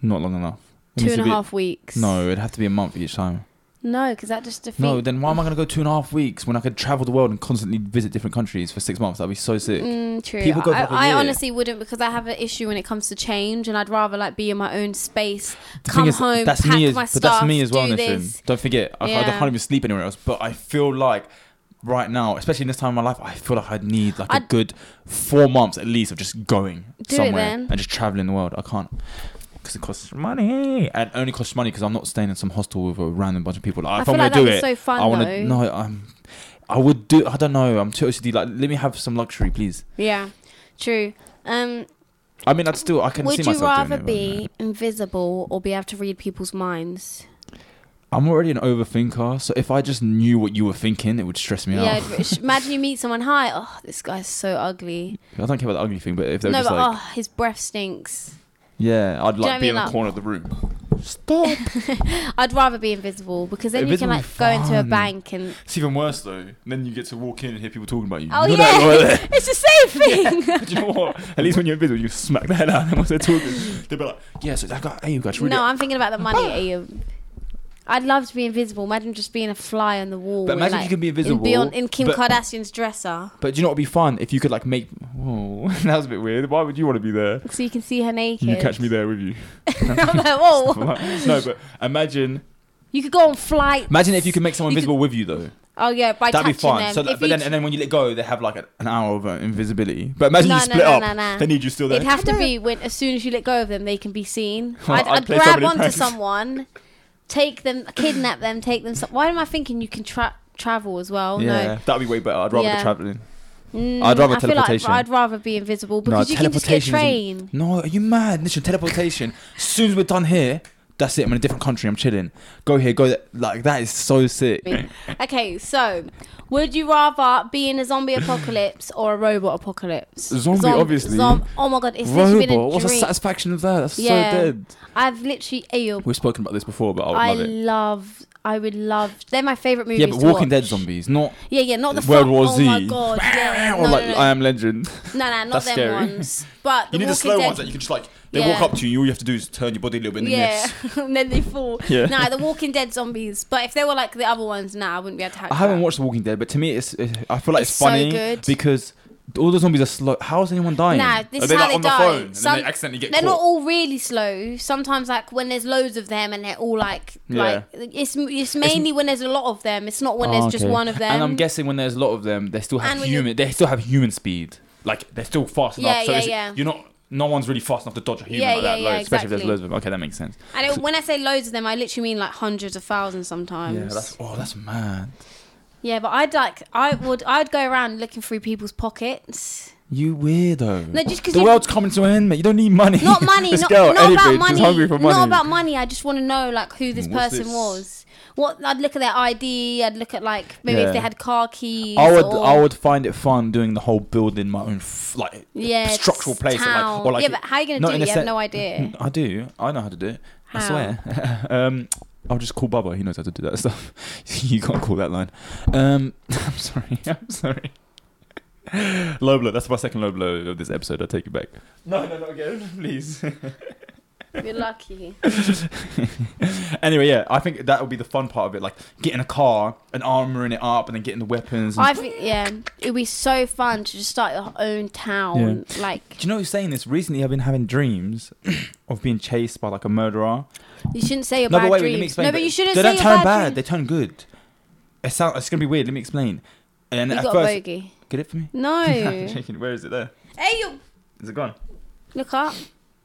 Speaker 1: Not long enough. It
Speaker 2: two
Speaker 1: needs to
Speaker 2: and a
Speaker 1: be-
Speaker 2: half weeks.
Speaker 1: No, it'd have to be a month each time.
Speaker 2: No, because that just defeats.
Speaker 1: No, then why am I going to go two and a half weeks when I could travel the world and constantly visit different countries for six months? That'd be so sick.
Speaker 2: Mm, true.
Speaker 1: People go for
Speaker 2: I,
Speaker 1: like a
Speaker 2: I
Speaker 1: year.
Speaker 2: honestly wouldn't because I have an issue when it comes to change, and I'd rather like be in my own space,
Speaker 1: The thing
Speaker 2: come
Speaker 1: is,
Speaker 2: home, pack
Speaker 1: me as,
Speaker 2: my
Speaker 1: but
Speaker 2: stuff,
Speaker 1: that's me as well,
Speaker 2: do
Speaker 1: Nathan.
Speaker 2: this.
Speaker 1: Don't forget, I, I
Speaker 2: Yeah.
Speaker 1: can't even sleep anywhere else. But I feel like right now, especially in this time of my life, I feel like I need like a
Speaker 2: I'd-
Speaker 1: good four months at least of just going
Speaker 2: Do it
Speaker 1: somewhere
Speaker 2: then.
Speaker 1: and just traveling the world. I can't because it costs money, and it only costs money because I'm not staying in some hostel with a random bunch of people. Like,
Speaker 2: I
Speaker 1: if
Speaker 2: feel
Speaker 1: I'm
Speaker 2: like that
Speaker 1: gonna do
Speaker 2: was
Speaker 1: it,
Speaker 2: so fun,
Speaker 1: I want
Speaker 2: though.
Speaker 1: to. No, I'm. I would do. I don't know. I'm too OCD. Like, let me have some luxury, please.
Speaker 2: Yeah, true. Um,
Speaker 1: I mean, I'd still. I can see
Speaker 2: would you
Speaker 1: myself doing
Speaker 2: rather
Speaker 1: it, but no.
Speaker 2: be invisible or be able to read people's minds?
Speaker 1: I'm already an overthinker, so if I just knew what you were thinking, it would stress me
Speaker 2: Yeah,
Speaker 1: out.
Speaker 2: it- imagine you meet someone. Hi, oh, this guy's so ugly.
Speaker 1: I don't care about the ugly thing, but if they were
Speaker 2: No,
Speaker 1: just
Speaker 2: but
Speaker 1: like,
Speaker 2: oh, his breath stinks.
Speaker 1: yeah, I'd
Speaker 2: know what I
Speaker 1: like be
Speaker 2: mean?
Speaker 1: in the
Speaker 2: Like-
Speaker 1: corner of the room. Stop.
Speaker 2: I'd rather be invisible because then
Speaker 1: Invisible
Speaker 2: you
Speaker 1: would
Speaker 2: can like
Speaker 1: be
Speaker 2: go into a
Speaker 1: fun.
Speaker 2: bank and
Speaker 1: it's even worse though. And then you get to walk in and hear people talking about you.
Speaker 2: oh
Speaker 1: You're not
Speaker 2: yeah,
Speaker 1: right there.
Speaker 2: it's the same thing.
Speaker 1: But you know what? At least when you're invisible, you smack the hell out of them while they're talking. They'll be like, yeah, so that guy, hey, you guys, really.
Speaker 2: No, I'm thinking about the money. Are you? I'd love to be invisible. Imagine just being a fly on the wall.
Speaker 1: But
Speaker 2: and,
Speaker 1: imagine
Speaker 2: like,
Speaker 1: you can be
Speaker 2: in
Speaker 1: invisible,
Speaker 2: Beyond, in Kim
Speaker 1: but-
Speaker 2: Kardashian's dresser,
Speaker 1: but do you know what would be fun if you could like make. Oh, that was a bit weird. Why would you want to be there?
Speaker 2: so you can see her naked.
Speaker 1: You catch me there with you.
Speaker 2: I'm like, whoa.
Speaker 1: no, but imagine,
Speaker 2: You could go on flight.
Speaker 1: imagine if you could make someone
Speaker 2: You could-
Speaker 1: invisible with you though.
Speaker 2: Oh yeah, by
Speaker 1: That'd be
Speaker 2: touching
Speaker 1: fine.
Speaker 2: them.
Speaker 1: So,
Speaker 2: If
Speaker 1: that, but
Speaker 2: you-
Speaker 1: then, and then when you let go, they have like a, an hour of uh, invisibility. But imagine
Speaker 2: No,
Speaker 1: you
Speaker 2: no,
Speaker 1: split
Speaker 2: no,
Speaker 1: up.
Speaker 2: no, no.
Speaker 1: They need you still there.
Speaker 2: It'd have to be when as soon as you let go of them, they can be seen.
Speaker 1: Well,
Speaker 2: I'd,
Speaker 1: I'd
Speaker 2: I'd
Speaker 1: play so
Speaker 2: grab
Speaker 1: many
Speaker 2: onto
Speaker 1: pranks.
Speaker 2: someone, take them, kidnap them, take them. So- Why am I thinking you can tra- travel as well?
Speaker 1: yeah,
Speaker 2: No.
Speaker 1: that'd be way better. I'd rather
Speaker 2: Yeah.
Speaker 1: be traveling.
Speaker 2: Mm,
Speaker 1: I'd rather
Speaker 2: I feel like
Speaker 1: teleportation.
Speaker 2: I'd rather be invisible because you can just get train.
Speaker 1: No, are you mad? Listen, teleportation. as soon as we're done here, that's it. I'm in a different country. I'm chilling. Go here, go there. Like that is so sick.
Speaker 2: Okay, so would you rather be in a zombie apocalypse or a robot apocalypse?
Speaker 1: Zombie, obviously.
Speaker 2: oh my god, it's literally been a
Speaker 1: Robot. What's the
Speaker 2: dream.
Speaker 1: satisfaction of that? That's
Speaker 2: Yeah.
Speaker 1: so dead.
Speaker 2: I've literally, ew,
Speaker 1: We've spoken about this before, but I would love
Speaker 2: I
Speaker 1: it.
Speaker 2: love, I would love. They're my favorite movies.
Speaker 1: Yeah, but
Speaker 2: to
Speaker 1: Walking
Speaker 2: watch.
Speaker 1: Dead zombies, not
Speaker 2: Yeah, yeah, not the
Speaker 1: World
Speaker 2: fu-
Speaker 1: War
Speaker 2: oh
Speaker 1: Z.
Speaker 2: my god, yeah.
Speaker 1: or
Speaker 2: no,
Speaker 1: like
Speaker 2: no, no.
Speaker 1: I Am Legend.
Speaker 2: no, no, not
Speaker 1: That's
Speaker 2: them
Speaker 1: scary.
Speaker 2: ones. But
Speaker 1: You
Speaker 2: the
Speaker 1: need the
Speaker 2: Walking
Speaker 1: slow
Speaker 2: Dead,
Speaker 1: ones that you can just like. They
Speaker 2: Yeah.
Speaker 1: walk up to you. All you have to do is turn your body a little bit. And then
Speaker 2: yeah,
Speaker 1: miss.
Speaker 2: and then they fall.
Speaker 1: Yeah.
Speaker 2: No, the Walking Dead zombies. But if they were like the other ones, now nah, I wouldn't be able to.
Speaker 1: I haven't watched The Walking Dead, but to me, it's it, I feel like it's,
Speaker 2: It's so
Speaker 1: funny
Speaker 2: good.
Speaker 1: because all the zombies are slow. How is anyone dying?
Speaker 2: Nah, this
Speaker 1: are
Speaker 2: is
Speaker 1: they
Speaker 2: how
Speaker 1: like
Speaker 2: they
Speaker 1: on
Speaker 2: die.
Speaker 1: the phone and
Speaker 2: Some-
Speaker 1: then they accidentally get
Speaker 2: they're not
Speaker 1: caught?
Speaker 2: all really slow. Sometimes, like when there's loads of them and they're all like,
Speaker 1: Yeah.
Speaker 2: like it's it's mainly when there's a lot of
Speaker 1: Oh,
Speaker 2: them. It's not when there's just one of them.
Speaker 1: And I'm guessing when there's a lot of them, they still have
Speaker 2: And when you-
Speaker 1: human. They still have human speed. like they're still fast
Speaker 2: Yeah,
Speaker 1: enough. so
Speaker 2: yeah,
Speaker 1: it's-
Speaker 2: yeah.
Speaker 1: you're not. No one's really fast enough to dodge a human
Speaker 2: Yeah,
Speaker 1: like
Speaker 2: yeah,
Speaker 1: that,
Speaker 2: yeah,
Speaker 1: loads, especially if there's
Speaker 2: exactly.
Speaker 1: loads of them. Okay, that makes sense.
Speaker 2: And it, when I say loads of them, I literally mean like hundreds of thousands sometimes.
Speaker 1: Yeah, that's oh, that's mad.
Speaker 2: Yeah, but I'd like I would I'd go around looking through people's pockets.
Speaker 1: You weirdo.
Speaker 2: No, just 'cause
Speaker 1: the
Speaker 2: you-
Speaker 1: world's coming to an end, mate. You don't need money.
Speaker 2: Not money,
Speaker 1: This
Speaker 2: not,
Speaker 1: girl,
Speaker 2: not
Speaker 1: anything,
Speaker 2: about
Speaker 1: she's
Speaker 2: money,
Speaker 1: hungry for money. Mm,
Speaker 2: Not about money. I just want to know like who this
Speaker 1: What's
Speaker 2: person
Speaker 1: this?
Speaker 2: was. What I'd look at their ID. I'd look at like maybe
Speaker 1: Yeah.
Speaker 2: if they had car keys.
Speaker 1: I would,
Speaker 2: or,
Speaker 1: I would find it fun doing the whole building my own f- like
Speaker 2: Yeah,
Speaker 1: structural
Speaker 2: s-
Speaker 1: place, and,
Speaker 2: town.
Speaker 1: like, or like
Speaker 2: Yeah, but how you gonna
Speaker 1: not
Speaker 2: do
Speaker 1: in
Speaker 2: it?
Speaker 1: a
Speaker 2: You have no idea.
Speaker 1: Mm, I do. I know how to do it. I
Speaker 2: How?
Speaker 1: swear. um, I'll just call Bubba. He knows how to do that stuff. you can't call that line. Um, I'm sorry. I'm sorry. low blow. That's my second low blow of this episode. I take it back. No, no, not again, please.
Speaker 2: You're lucky.
Speaker 1: anyway, yeah, I think that would be the fun part of it. Like getting a car and armoring it up, and then getting the weapons. And
Speaker 2: I think yeah, it'd be so fun to just start your own town. Like
Speaker 1: Do you know who's saying this? Recently, I've been having dreams of being chased by like a murderer.
Speaker 2: you shouldn't say your
Speaker 1: No,
Speaker 2: bad
Speaker 1: but wait, wait,
Speaker 2: dreams.
Speaker 1: let me explain.
Speaker 2: No, but you shouldn't
Speaker 1: They
Speaker 2: say
Speaker 1: don't
Speaker 2: your
Speaker 1: turn
Speaker 2: bad,
Speaker 1: bad; they
Speaker 2: dreams.
Speaker 1: turn good. It sound, it's gonna be weird. Let me explain. And
Speaker 2: You
Speaker 1: at
Speaker 2: got
Speaker 1: first,
Speaker 2: bogey.
Speaker 1: get it for me.
Speaker 2: No.
Speaker 1: I'm
Speaker 2: hey,
Speaker 1: joking. Where is it? There.
Speaker 2: you
Speaker 1: Is it gone?
Speaker 2: look up.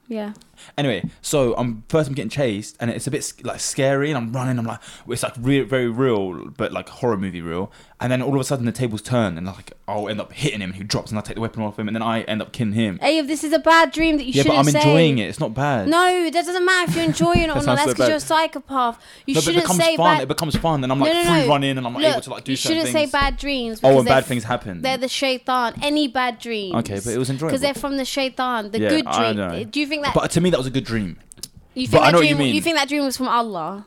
Speaker 2: Yeah.
Speaker 1: Anyway, so I'm first I'm getting chased, and it's a bit sc- like scary, and I'm running. I'm like, it's like re- very real, but like horror movie real. And then all of a sudden, the tables turn, and like I'll end up hitting him, and he drops, and I take the weapon off him, and then I end up killing him.
Speaker 2: Hey, this is a bad dream that you
Speaker 1: yeah, but
Speaker 2: shouldn't
Speaker 1: I'm
Speaker 2: say.
Speaker 1: enjoying it. It's not bad.
Speaker 2: No, that doesn't matter if you're enjoying it or
Speaker 1: That sounds
Speaker 2: not. That's
Speaker 1: so
Speaker 2: because
Speaker 1: bad.
Speaker 2: you're a psychopath. You
Speaker 1: No, but it
Speaker 2: shouldn't
Speaker 1: becomes
Speaker 2: say
Speaker 1: fun.
Speaker 2: bad.
Speaker 1: It becomes fun, and I'm like
Speaker 2: no, no,
Speaker 1: free
Speaker 2: no.
Speaker 1: running, and I'm like
Speaker 2: Look,
Speaker 1: able to like do
Speaker 2: you
Speaker 1: certain
Speaker 2: shouldn't
Speaker 1: things.
Speaker 2: say bad dreams.
Speaker 1: Oh,
Speaker 2: because
Speaker 1: and bad
Speaker 2: they're-
Speaker 1: things happen.
Speaker 2: They're the shaitan. Any bad dreams.
Speaker 1: Okay, but it was enjoyable.
Speaker 2: Because they're from the shaitan. The
Speaker 1: Yeah,
Speaker 2: good
Speaker 1: I
Speaker 2: dream.
Speaker 1: know.
Speaker 2: Do you think that?
Speaker 1: But to me, that was a good dream.
Speaker 2: you
Speaker 1: but
Speaker 2: think
Speaker 1: I
Speaker 2: that
Speaker 1: know what you
Speaker 2: dream?
Speaker 1: mean.
Speaker 2: think that dream was from Allah?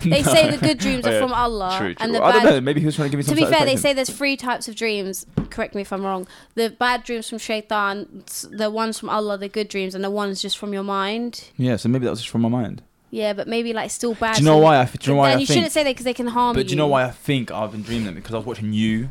Speaker 2: They say the good dreams
Speaker 1: Oh,
Speaker 2: are
Speaker 1: yeah.
Speaker 2: from Allah,
Speaker 1: True, true.
Speaker 2: and the
Speaker 1: I don't
Speaker 2: bad.
Speaker 1: know. Maybe he was trying to give me
Speaker 2: To
Speaker 1: some.
Speaker 2: be fair, they say
Speaker 1: satisfaction.
Speaker 2: there's three types of dreams. Correct me if I'm wrong. The bad dreams from shaitan, s- the ones from Allah, the good dreams, and the ones just from your mind.
Speaker 1: Yeah, so maybe that was just from my mind.
Speaker 2: Yeah, but maybe like still bad.
Speaker 1: Do you know
Speaker 2: so-
Speaker 1: why? I, do you know why
Speaker 2: and
Speaker 1: I
Speaker 2: you
Speaker 1: think?
Speaker 2: shouldn't say that because they can harm you.
Speaker 1: But do you know why I think I've been dreaming them? Because I was watching you,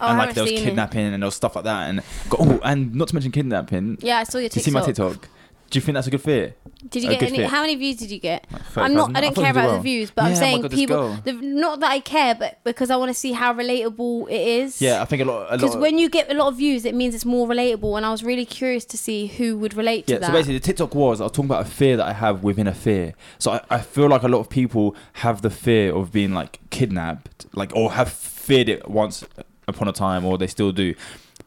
Speaker 2: Oh,
Speaker 1: and
Speaker 2: I
Speaker 1: like there was
Speaker 2: haven't seen it.
Speaker 1: kidnapping and there was stuff like that, and got, oh, and not to mention kidnapping.
Speaker 2: Yeah, I saw your
Speaker 1: you
Speaker 2: TikTok.
Speaker 1: see my TikTok? Do you think that's a good fear?
Speaker 2: Did you
Speaker 1: A
Speaker 2: get
Speaker 1: good
Speaker 2: any?
Speaker 1: fit.
Speaker 2: How many views did you get?
Speaker 1: thirty
Speaker 2: I'm not.
Speaker 1: thousand.
Speaker 2: I
Speaker 1: I
Speaker 2: don't
Speaker 1: thought
Speaker 2: care
Speaker 1: you did
Speaker 2: about
Speaker 1: well.
Speaker 2: the views, but
Speaker 1: Yeah,
Speaker 2: I'm
Speaker 1: oh my
Speaker 2: saying
Speaker 1: God, this
Speaker 2: people.
Speaker 1: girl.
Speaker 2: The, not that I care, but because I want to see how relatable it is.
Speaker 1: Yeah, I think a lot. A lot.
Speaker 2: Because
Speaker 1: of-
Speaker 2: when you get a lot of views, it means it's more relatable, and I was really curious to see who would relate to
Speaker 1: Yeah,
Speaker 2: that.
Speaker 1: so basically, the TikTok was I was talking about a fear that I have within a fear. So I, I feel like a lot of people have the fear of being like kidnapped, like or have feared it once upon a time, or they still do.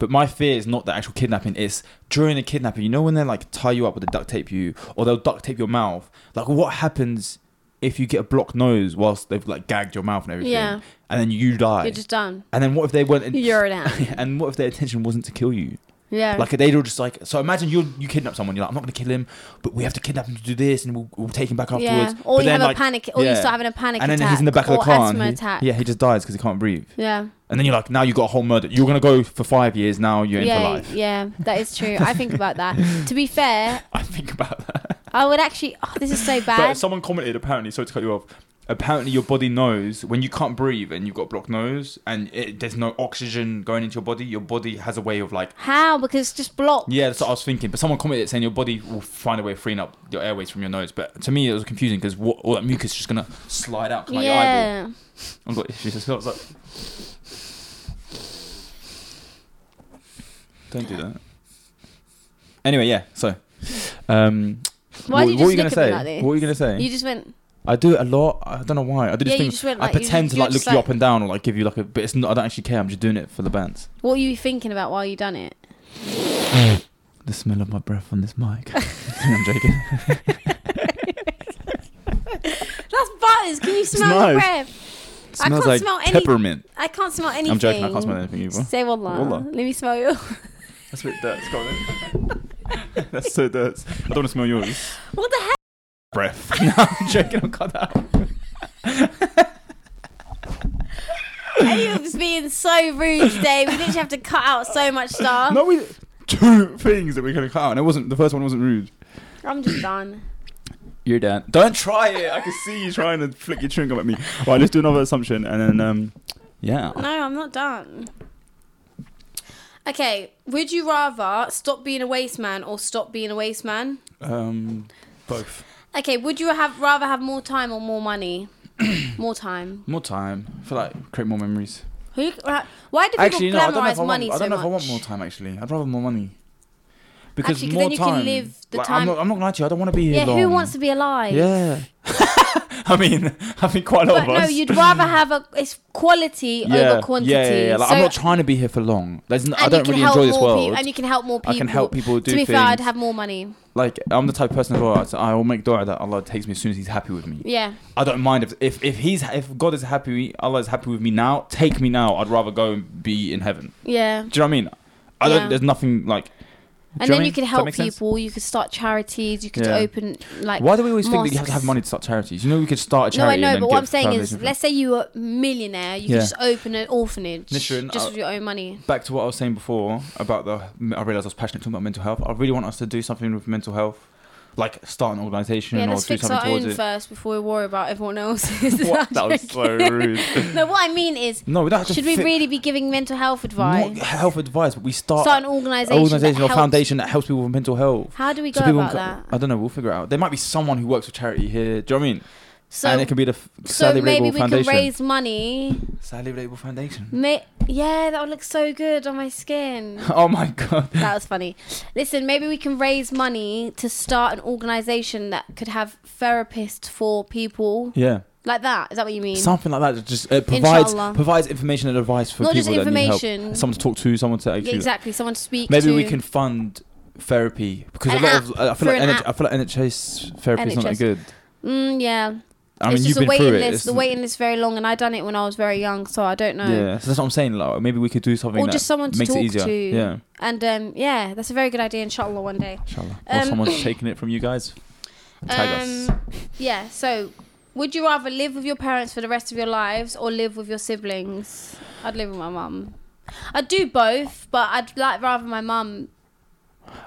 Speaker 1: But my fear is not the actual kidnapping; it's during the kidnapping. You know when they like tie you up or they duct tape you, or they'll duct tape your mouth. Like, what happens if you get a blocked nose whilst they've like gagged your mouth and everything,
Speaker 2: Yeah.
Speaker 1: and then you die?
Speaker 2: you're just done.
Speaker 1: and then what if they weren't?
Speaker 2: You're an ass.
Speaker 1: and what if their intention wasn't to kill you?
Speaker 2: Yeah.
Speaker 1: Like they'd all just like so. Imagine you you kidnap someone. You're like, I'm not gonna kill him, but we have to kidnap him to do this, and we'll, we'll take him back afterwards.
Speaker 2: yeah. Or
Speaker 1: But
Speaker 2: you
Speaker 1: then,
Speaker 2: have
Speaker 1: like-
Speaker 2: a panic, or you
Speaker 1: yeah.
Speaker 2: start having a panic
Speaker 1: And
Speaker 2: attack,
Speaker 1: then he's in the back of the
Speaker 2: or
Speaker 1: car.
Speaker 2: asthma
Speaker 1: and he-
Speaker 2: attack.
Speaker 1: Yeah, he just dies because he can't breathe.
Speaker 2: Yeah.
Speaker 1: And then you're like, now you got a whole murder. You're gonna go for five years. Now you're in for
Speaker 2: Yeah,
Speaker 1: life.
Speaker 2: yeah, that is true. I think about that. To be fair,
Speaker 1: I think about that.
Speaker 2: I would actually. Oh, this is so
Speaker 1: But
Speaker 2: bad.
Speaker 1: someone commented apparently. Sorry to cut you off. Apparently, your body knows when you can't breathe and you've got a blocked nose, and it, there's no oxygen going into your body. Your body has a way of like
Speaker 2: How? Because it's just blocked.
Speaker 1: Yeah, that's what I was thinking. But someone commented saying your body will find a way of freeing up your airways from your nose. But to me, it was confusing because all that mucus is just gonna slide out. 'cause, Like your eyeball.
Speaker 2: yeah.
Speaker 1: I've got issues. So I was like, don't do that. Anyway, yeah. So, um,
Speaker 2: Why
Speaker 1: what,
Speaker 2: did
Speaker 1: what
Speaker 2: you
Speaker 1: were you gonna
Speaker 2: just look at
Speaker 1: say?
Speaker 2: me like this?
Speaker 1: what were you gonna say?
Speaker 2: You just went.
Speaker 1: I do it a lot. I don't know why. I do this
Speaker 2: Yeah, you
Speaker 1: thing.
Speaker 2: just went
Speaker 1: I
Speaker 2: like- you-
Speaker 1: pretend to
Speaker 2: you're
Speaker 1: like look
Speaker 2: just
Speaker 1: you
Speaker 2: like-
Speaker 1: up and down or like give you like a. But it's not. I don't actually care. I'm just doing it for the bands.
Speaker 2: What were you thinking about while you done it?
Speaker 1: The smell of my breath on this mic. I'm joking.
Speaker 2: That's butters. Can you smell
Speaker 1: nice.
Speaker 2: your breath?
Speaker 1: smells
Speaker 2: I can't
Speaker 1: like
Speaker 2: smell any-
Speaker 1: peppermint.
Speaker 2: I can't smell anything.
Speaker 1: I'm joking. I can't smell anything either.
Speaker 2: Say wallah.
Speaker 1: Wallah.
Speaker 2: Let me smell you.
Speaker 1: That's a bit dirt. It's got- That's so dirt. I don't want to smell yours.
Speaker 2: what the heck?
Speaker 1: Breath. No, I'm joking. I'll cut that. out.
Speaker 2: Are you being so rude today? We literally have to cut out so much stuff.
Speaker 1: No, we two things that we're gonna cut out, and it wasn't the first one wasn't rude.
Speaker 2: I'm just done.
Speaker 1: You're down. Don't try it. I can see you trying to flick your chewing gum at me. All right, let's do another assumption, and then um, yeah.
Speaker 2: No, I'm not done. Okay, would you rather stop being a waste man or stop being a waste man?
Speaker 1: Um, both.
Speaker 2: Okay, would you have rather have more time or more money? more time.
Speaker 1: More time. I feel like create more memories.
Speaker 2: Who, uh, why do people
Speaker 1: Actually, no. I don't know
Speaker 2: glamorize
Speaker 1: if I want.
Speaker 2: money
Speaker 1: I don't
Speaker 2: so
Speaker 1: know
Speaker 2: much?
Speaker 1: if I want more time. Actually, I'd rather more money. Because
Speaker 2: Actually, 'cause
Speaker 1: more
Speaker 2: then you can
Speaker 1: time.
Speaker 2: live the
Speaker 1: like,
Speaker 2: time-
Speaker 1: I'm not, I'm not gonna lie to you. I don't want to be here
Speaker 2: yeah,
Speaker 1: long.
Speaker 2: who wants to be alive?
Speaker 1: Yeah. I mean, I think quite a lot
Speaker 2: But
Speaker 1: of
Speaker 2: no,
Speaker 1: us.
Speaker 2: you'd rather have a it's quality
Speaker 1: yeah,
Speaker 2: over quantity.
Speaker 1: Yeah, yeah, yeah. Like,
Speaker 2: so,
Speaker 1: I'm not trying to be here for long. There's n-
Speaker 2: and
Speaker 1: I
Speaker 2: you
Speaker 1: don't
Speaker 2: can
Speaker 1: really
Speaker 2: help
Speaker 1: enjoy this
Speaker 2: more
Speaker 1: world.
Speaker 2: People, and you can help more people.
Speaker 1: I can help people do
Speaker 2: To be
Speaker 1: things.
Speaker 2: fair, I'd have more money.
Speaker 1: like I'm the type of person as well. so I will make dua that Allah takes me as soon as He's happy with me.
Speaker 2: Yeah.
Speaker 1: I don't mind if if, if He's if God is happy, Allah is happy with me now. Take me now. I'd rather go and be in heaven.
Speaker 2: Yeah.
Speaker 1: Do you know what I mean? I don't.
Speaker 2: Yeah.
Speaker 1: There's nothing like. Do
Speaker 2: And
Speaker 1: know what I
Speaker 2: then
Speaker 1: mean?
Speaker 2: you could
Speaker 1: Does that
Speaker 2: help
Speaker 1: make sense?
Speaker 2: people. You could start charities. You could
Speaker 1: Yeah.
Speaker 2: open like.
Speaker 1: Why do we always think that you have to have
Speaker 2: mosques.
Speaker 1: money to start charities? You know, we could start a
Speaker 2: No, I
Speaker 1: charity.
Speaker 2: know,
Speaker 1: and then
Speaker 2: but what
Speaker 1: give
Speaker 2: I'm saying is,
Speaker 1: foundation for-
Speaker 2: let's say you were a millionaire, you
Speaker 1: Yeah.
Speaker 2: could just open an orphanage
Speaker 1: Literally,
Speaker 2: just
Speaker 1: I'll-
Speaker 2: with your own money.
Speaker 1: back to what I was saying before about the. I realized I was passionate talking about mental health. I really want us to do something with mental health, like start an organization
Speaker 2: Yeah,
Speaker 1: or
Speaker 2: let's
Speaker 1: do
Speaker 2: fix
Speaker 1: something
Speaker 2: our
Speaker 1: towards
Speaker 2: own
Speaker 1: it.
Speaker 2: first before we worry about everyone else's.
Speaker 1: What? That was so rude.
Speaker 2: no, what I mean is,
Speaker 1: No, we don't have to
Speaker 2: should we
Speaker 1: fi-
Speaker 2: really be giving mental health
Speaker 1: not
Speaker 2: advice?
Speaker 1: health advice, but we start,
Speaker 2: Start an
Speaker 1: an
Speaker 2: organisation,
Speaker 1: organization
Speaker 2: that
Speaker 1: or
Speaker 2: helps-
Speaker 1: foundation that helps people with mental health.
Speaker 2: How do we go
Speaker 1: people
Speaker 2: about
Speaker 1: can-
Speaker 2: that?
Speaker 1: I don't know. We'll figure it out. There might be someone who works with charity here. Do you know what I mean?
Speaker 2: So,
Speaker 1: and it can be the f-
Speaker 2: so
Speaker 1: Sadly
Speaker 2: maybe
Speaker 1: Relatable
Speaker 2: we
Speaker 1: Foundation.
Speaker 2: can raise money.
Speaker 1: Sadly Relatable Foundation.
Speaker 2: Ma- yeah, that would look so good on my skin.
Speaker 1: oh my god.
Speaker 2: that was funny. Listen, maybe we can raise money to start an organisation that could have therapists for people
Speaker 1: Yeah.
Speaker 2: like that. Is that what you mean?
Speaker 1: Something like that. that Just uh, provides
Speaker 2: Inshallah.
Speaker 1: provides information and advice for
Speaker 2: Not
Speaker 1: people
Speaker 2: just
Speaker 1: that need help.
Speaker 2: information.
Speaker 1: Someone to talk to. Someone to
Speaker 2: yeah,
Speaker 1: actually.
Speaker 2: exactly. Someone to speak.
Speaker 1: Maybe
Speaker 2: to.
Speaker 1: we can fund therapy because
Speaker 2: An
Speaker 1: a lot
Speaker 2: app.
Speaker 1: of I feel
Speaker 2: For
Speaker 1: like
Speaker 2: an
Speaker 1: NH,
Speaker 2: app.
Speaker 1: I feel like NHS therapy is not that
Speaker 2: NHS.
Speaker 1: good.
Speaker 2: Mm, yeah.
Speaker 1: I
Speaker 2: it's
Speaker 1: mean, you've
Speaker 2: just a
Speaker 1: been
Speaker 2: waiting
Speaker 1: through
Speaker 2: list.
Speaker 1: it. It's-
Speaker 2: the waiting list is very long, and I done it when I was very young, so I don't know.
Speaker 1: Yeah, so that's what I'm saying. Like, maybe we could do something
Speaker 2: Or
Speaker 1: that
Speaker 2: just someone to
Speaker 1: makes
Speaker 2: talk
Speaker 1: it easier.
Speaker 2: to.
Speaker 1: Yeah,
Speaker 2: And um, yeah, that's a very good idea. Inshallah, one day.
Speaker 1: inshallah. or
Speaker 2: Um,
Speaker 1: someone's taking it from you guys. Tag us.
Speaker 2: Um, Yeah. So, would you rather live with your parents for the rest of your lives or live with your siblings? I'd live with my mum. I'd do both, but I'd like rather my mum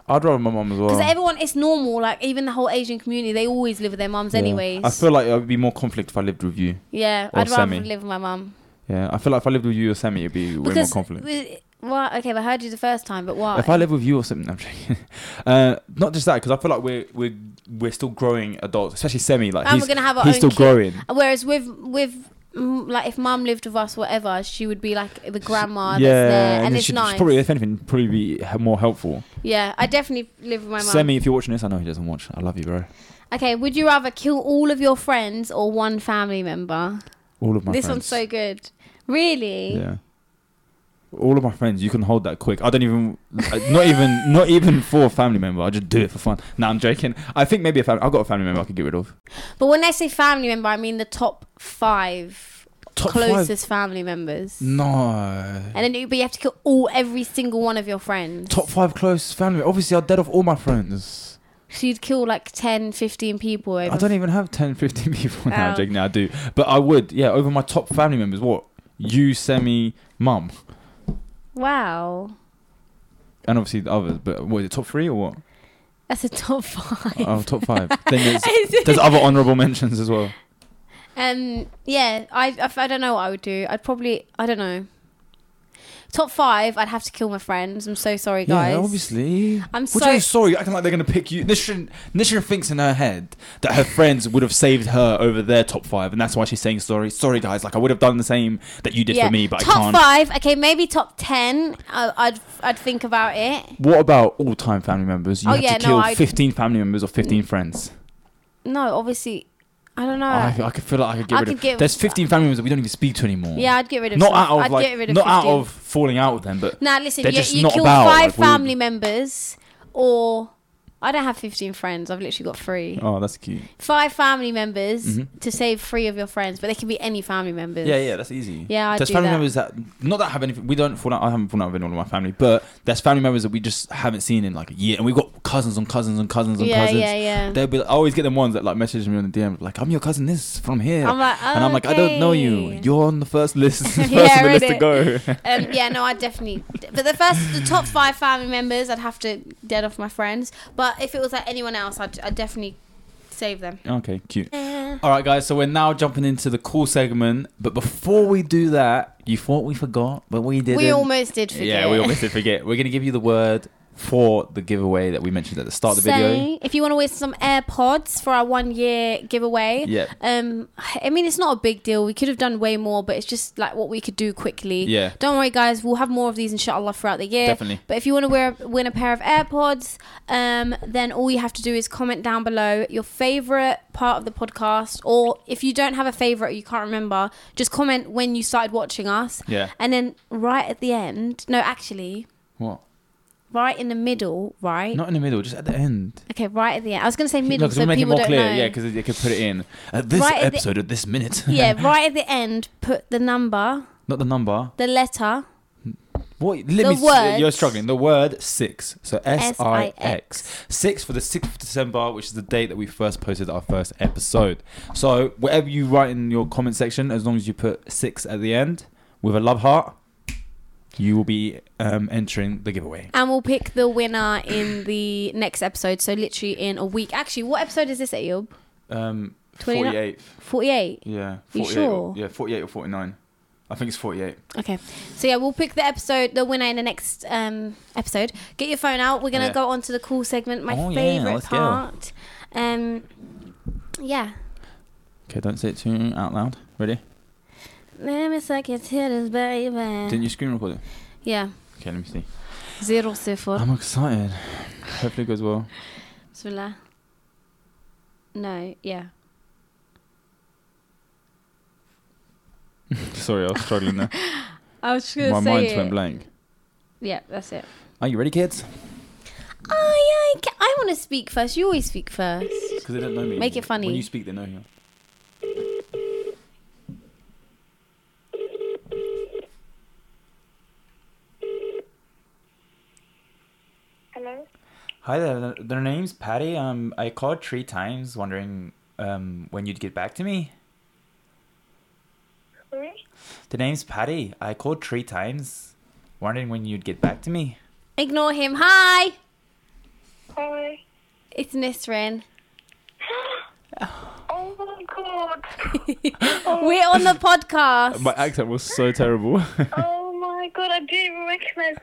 Speaker 1: I'd rather my mum as well.
Speaker 2: because everyone it's normal. Like even the whole Asian community, they always live with their mums,
Speaker 1: Yeah.
Speaker 2: anyways.
Speaker 1: I feel like it would be more conflict if I lived with you.
Speaker 2: yeah,
Speaker 1: or
Speaker 2: I'd rather
Speaker 1: semi.
Speaker 2: live with my mum
Speaker 1: Yeah, I feel like if I lived with you or Sammy, it'd be way more
Speaker 2: because.
Speaker 1: conflict.
Speaker 2: we- Why? Okay, but I heard you the first time, but why?
Speaker 1: If I live with you or something, I'm joking. Uh, not just that, because I feel like we're we're we're still growing adults, especially Semi. Like
Speaker 2: And
Speaker 1: he's,
Speaker 2: we're gonna have our
Speaker 1: he's
Speaker 2: own
Speaker 1: still
Speaker 2: kid-
Speaker 1: growing.
Speaker 2: Whereas with with mm, like if mum lived with us, whatever, she would be like the
Speaker 1: yeah,
Speaker 2: grandma Ah, that's there, and,
Speaker 1: it
Speaker 2: it's
Speaker 1: should-
Speaker 2: nice.
Speaker 1: Probably, if anything, probably be he- more helpful.
Speaker 2: yeah, I definitely live with my mum.
Speaker 1: Semi, if you're watching this, I know he doesn't watch. I love you, bro.
Speaker 2: Okay, would you rather kill all of your friends or one family member?
Speaker 1: All of my
Speaker 2: this
Speaker 1: friends.
Speaker 2: one's so good. Really?
Speaker 1: Yeah. All of my friends, you can hold that quick. I don't even, uh, not even, not even for a family member. I just do it for fun. Nah, I'm joking. I think maybe a family. I've got a family member I could get rid of.
Speaker 2: But when I say family member, I mean the top five
Speaker 1: Top
Speaker 2: closest family members.
Speaker 1: five. No.
Speaker 2: And then you, but you have to kill all every single one of your friends.
Speaker 1: Top five closest family. Obviously, I'd dead off all my friends.
Speaker 2: So you'd kill like 10, 15 people. Over.
Speaker 1: I don't even have 10, 15 people now. I'm
Speaker 2: Oh.
Speaker 1: joking. Now I do, but I would. Yeah, over my top family members. What? You, Semi, Mum, e-
Speaker 2: Wow.
Speaker 1: and obviously the others. But what is it? Top three or what?
Speaker 2: That's a top five.
Speaker 1: Oh, top five. then there's, there's other honourable mentions as well.
Speaker 2: Um. Yeah. I, I. I don't know what I would do. I'd probably. I don't know. Top five. I'd have to kill my friends. I'm so sorry, guys.
Speaker 1: Yeah, obviously.
Speaker 2: I'm
Speaker 1: What do
Speaker 2: so-
Speaker 1: you mean, sorry. Acting like they're gonna pick you. Nishan, Nishan thinks in her head that her friends would have saved her over their top five, and that's why she's saying sorry. Sorry, guys. Like I would have done the same that you did
Speaker 2: Yeah.
Speaker 1: for me, but
Speaker 2: top
Speaker 1: I can't.
Speaker 2: five. Okay, maybe top ten. I, I'd. I'd think about it.
Speaker 1: What about all-time family members? You
Speaker 2: Oh,
Speaker 1: have
Speaker 2: yeah,
Speaker 1: to
Speaker 2: no,
Speaker 1: kill
Speaker 2: I-
Speaker 1: 15 family members or 15 friends.
Speaker 2: No, obviously. I don't know.
Speaker 1: I, I could feel like I could get
Speaker 2: I
Speaker 1: rid
Speaker 2: could
Speaker 1: of.
Speaker 2: get-
Speaker 1: There's 15 family members that we don't even speak to anymore.
Speaker 2: yeah, I'd get rid of.
Speaker 1: Not
Speaker 2: some.
Speaker 1: out of
Speaker 2: I'd
Speaker 1: like,
Speaker 2: get rid of
Speaker 1: not out
Speaker 2: 15.
Speaker 1: of falling out with them, but
Speaker 2: Now listen.
Speaker 1: they're
Speaker 2: You,
Speaker 1: just
Speaker 2: you
Speaker 1: not
Speaker 2: kill
Speaker 1: about,
Speaker 2: five
Speaker 1: like, we-
Speaker 2: family members, or I don't have fifteen friends. I've literally got three.
Speaker 1: oh, that's cute.
Speaker 2: Five family members to save three of your friends, but they can be any family members.
Speaker 1: Yeah, yeah, that's easy.
Speaker 2: Yeah, I'd
Speaker 1: there's
Speaker 2: do
Speaker 1: family
Speaker 2: that.
Speaker 1: members that not that have anything. We don't fall out. I haven't fallen out with anyone in my family, but there's family members that we just haven't seen in like a year, and we've got cousins on cousins on cousins on
Speaker 2: Yeah,
Speaker 1: cousins.
Speaker 2: yeah, yeah.
Speaker 1: They'll be. I always get them ones that like message me on the DM like, "I'm your cousin. This from here,"
Speaker 2: I'm like,
Speaker 1: and I'm like, "I don't know you.
Speaker 2: okay.
Speaker 1: You're on the first list. first
Speaker 2: Yeah,
Speaker 1: on the
Speaker 2: read
Speaker 1: list to
Speaker 2: it.
Speaker 1: go."
Speaker 2: Um, yeah, no, I definitely. But the first, the top five family members, I'd have to dead off my friends. But if it was like anyone else, I'd, I'd definitely save them.
Speaker 1: Okay, cute. All right, guys. So we're now jumping into the call segment, but before we do that, you thought we forgot, but we didn't.
Speaker 2: We almost did forget.
Speaker 1: Yeah, we almost did forget. We're gonna give you the word for the giveaway that we mentioned at the start of the video.
Speaker 2: Saying, if you want to win some AirPods for our one year giveaway,
Speaker 1: Yeah.
Speaker 2: Um, I mean it's not a big deal. We could have done way more, but it's just like what we could do quickly.
Speaker 1: Yeah.
Speaker 2: Don't worry, guys. We'll have more of these inshallah throughout the year.
Speaker 1: Definitely.
Speaker 2: But if you want to wear win a pair of AirPods, um, then all you have to do is comment down below your favorite part of the podcast, or if you don't have a favorite, you can't remember, just comment when you started watching us.
Speaker 1: Yeah.
Speaker 2: And then right at the end, no, actually,
Speaker 1: What?
Speaker 2: right in the middle, right.
Speaker 1: Not in the middle, just at the end.
Speaker 2: Okay, right at the end. I was going to say middle,
Speaker 1: Look,
Speaker 2: so
Speaker 1: make it
Speaker 2: people
Speaker 1: more
Speaker 2: don't
Speaker 1: clear.
Speaker 2: know.
Speaker 1: Yeah, because they could put it in at this
Speaker 2: Right at the-
Speaker 1: episode at this minute.
Speaker 2: yeah, right at the end, put the number,
Speaker 1: Not the number.
Speaker 2: the letter.
Speaker 1: What? Let
Speaker 2: The
Speaker 1: me. s- uh,
Speaker 2: word-
Speaker 1: You're struggling. The word six. So S I
Speaker 2: S-I-X.
Speaker 1: X. Six for the sixth of December, which is the date that we first posted our first episode. So whatever you write in your comment section, as long as you put six at the end with a love heart, you will be um, entering the giveaway.
Speaker 2: And we'll pick the winner in the next episode. So literally in a week. Actually, what episode is this, Ayub?
Speaker 1: Um,
Speaker 2: 29
Speaker 1: 48th.
Speaker 2: 48.
Speaker 1: Yeah. 48
Speaker 2: You
Speaker 1: Or,
Speaker 2: sure?
Speaker 1: yeah, 48 or 49. I think it's 48.
Speaker 2: Okay. So yeah, we'll pick the episode, the winner in the next um, episode. Get your phone out. We're gonna
Speaker 1: Yeah.
Speaker 2: go on to the cool segment, my
Speaker 1: Oh, yeah,
Speaker 2: favorite
Speaker 1: let's go.
Speaker 2: part. Um, yeah.
Speaker 1: Okay, don't say it too out loud. Ready?
Speaker 2: Let me suck your
Speaker 1: Didn't
Speaker 2: titties, baby.
Speaker 1: you screen record it?
Speaker 2: Yeah.
Speaker 1: Okay, let me see.
Speaker 2: Zero صفر.
Speaker 1: I'm excited. Hopefully it goes well.
Speaker 2: Bismillah. No. Yeah.
Speaker 1: Sorry, I was struggling there.
Speaker 2: I was just
Speaker 1: My mind went blank.
Speaker 2: Yeah, that's it.
Speaker 1: Are you ready, kids?
Speaker 2: Oh, yeah, I, ca- I want to speak first. You always speak first.
Speaker 1: Because they don't know me.
Speaker 2: Make it funny.
Speaker 1: When you speak, they know you.
Speaker 4: Hello.
Speaker 1: Hi there. Their name's Patty. Um, I called three times wondering um when you'd get back to me.
Speaker 4: Sorry.
Speaker 1: The name's Patty. I called three times wondering when you'd get back to me.
Speaker 2: Ignore him. Hi,
Speaker 4: Hi.
Speaker 2: it's Nisrin.
Speaker 4: Oh my god.
Speaker 2: We're on the podcast.
Speaker 1: My accent was so terrible.
Speaker 4: Oh my god. I didn't even recognize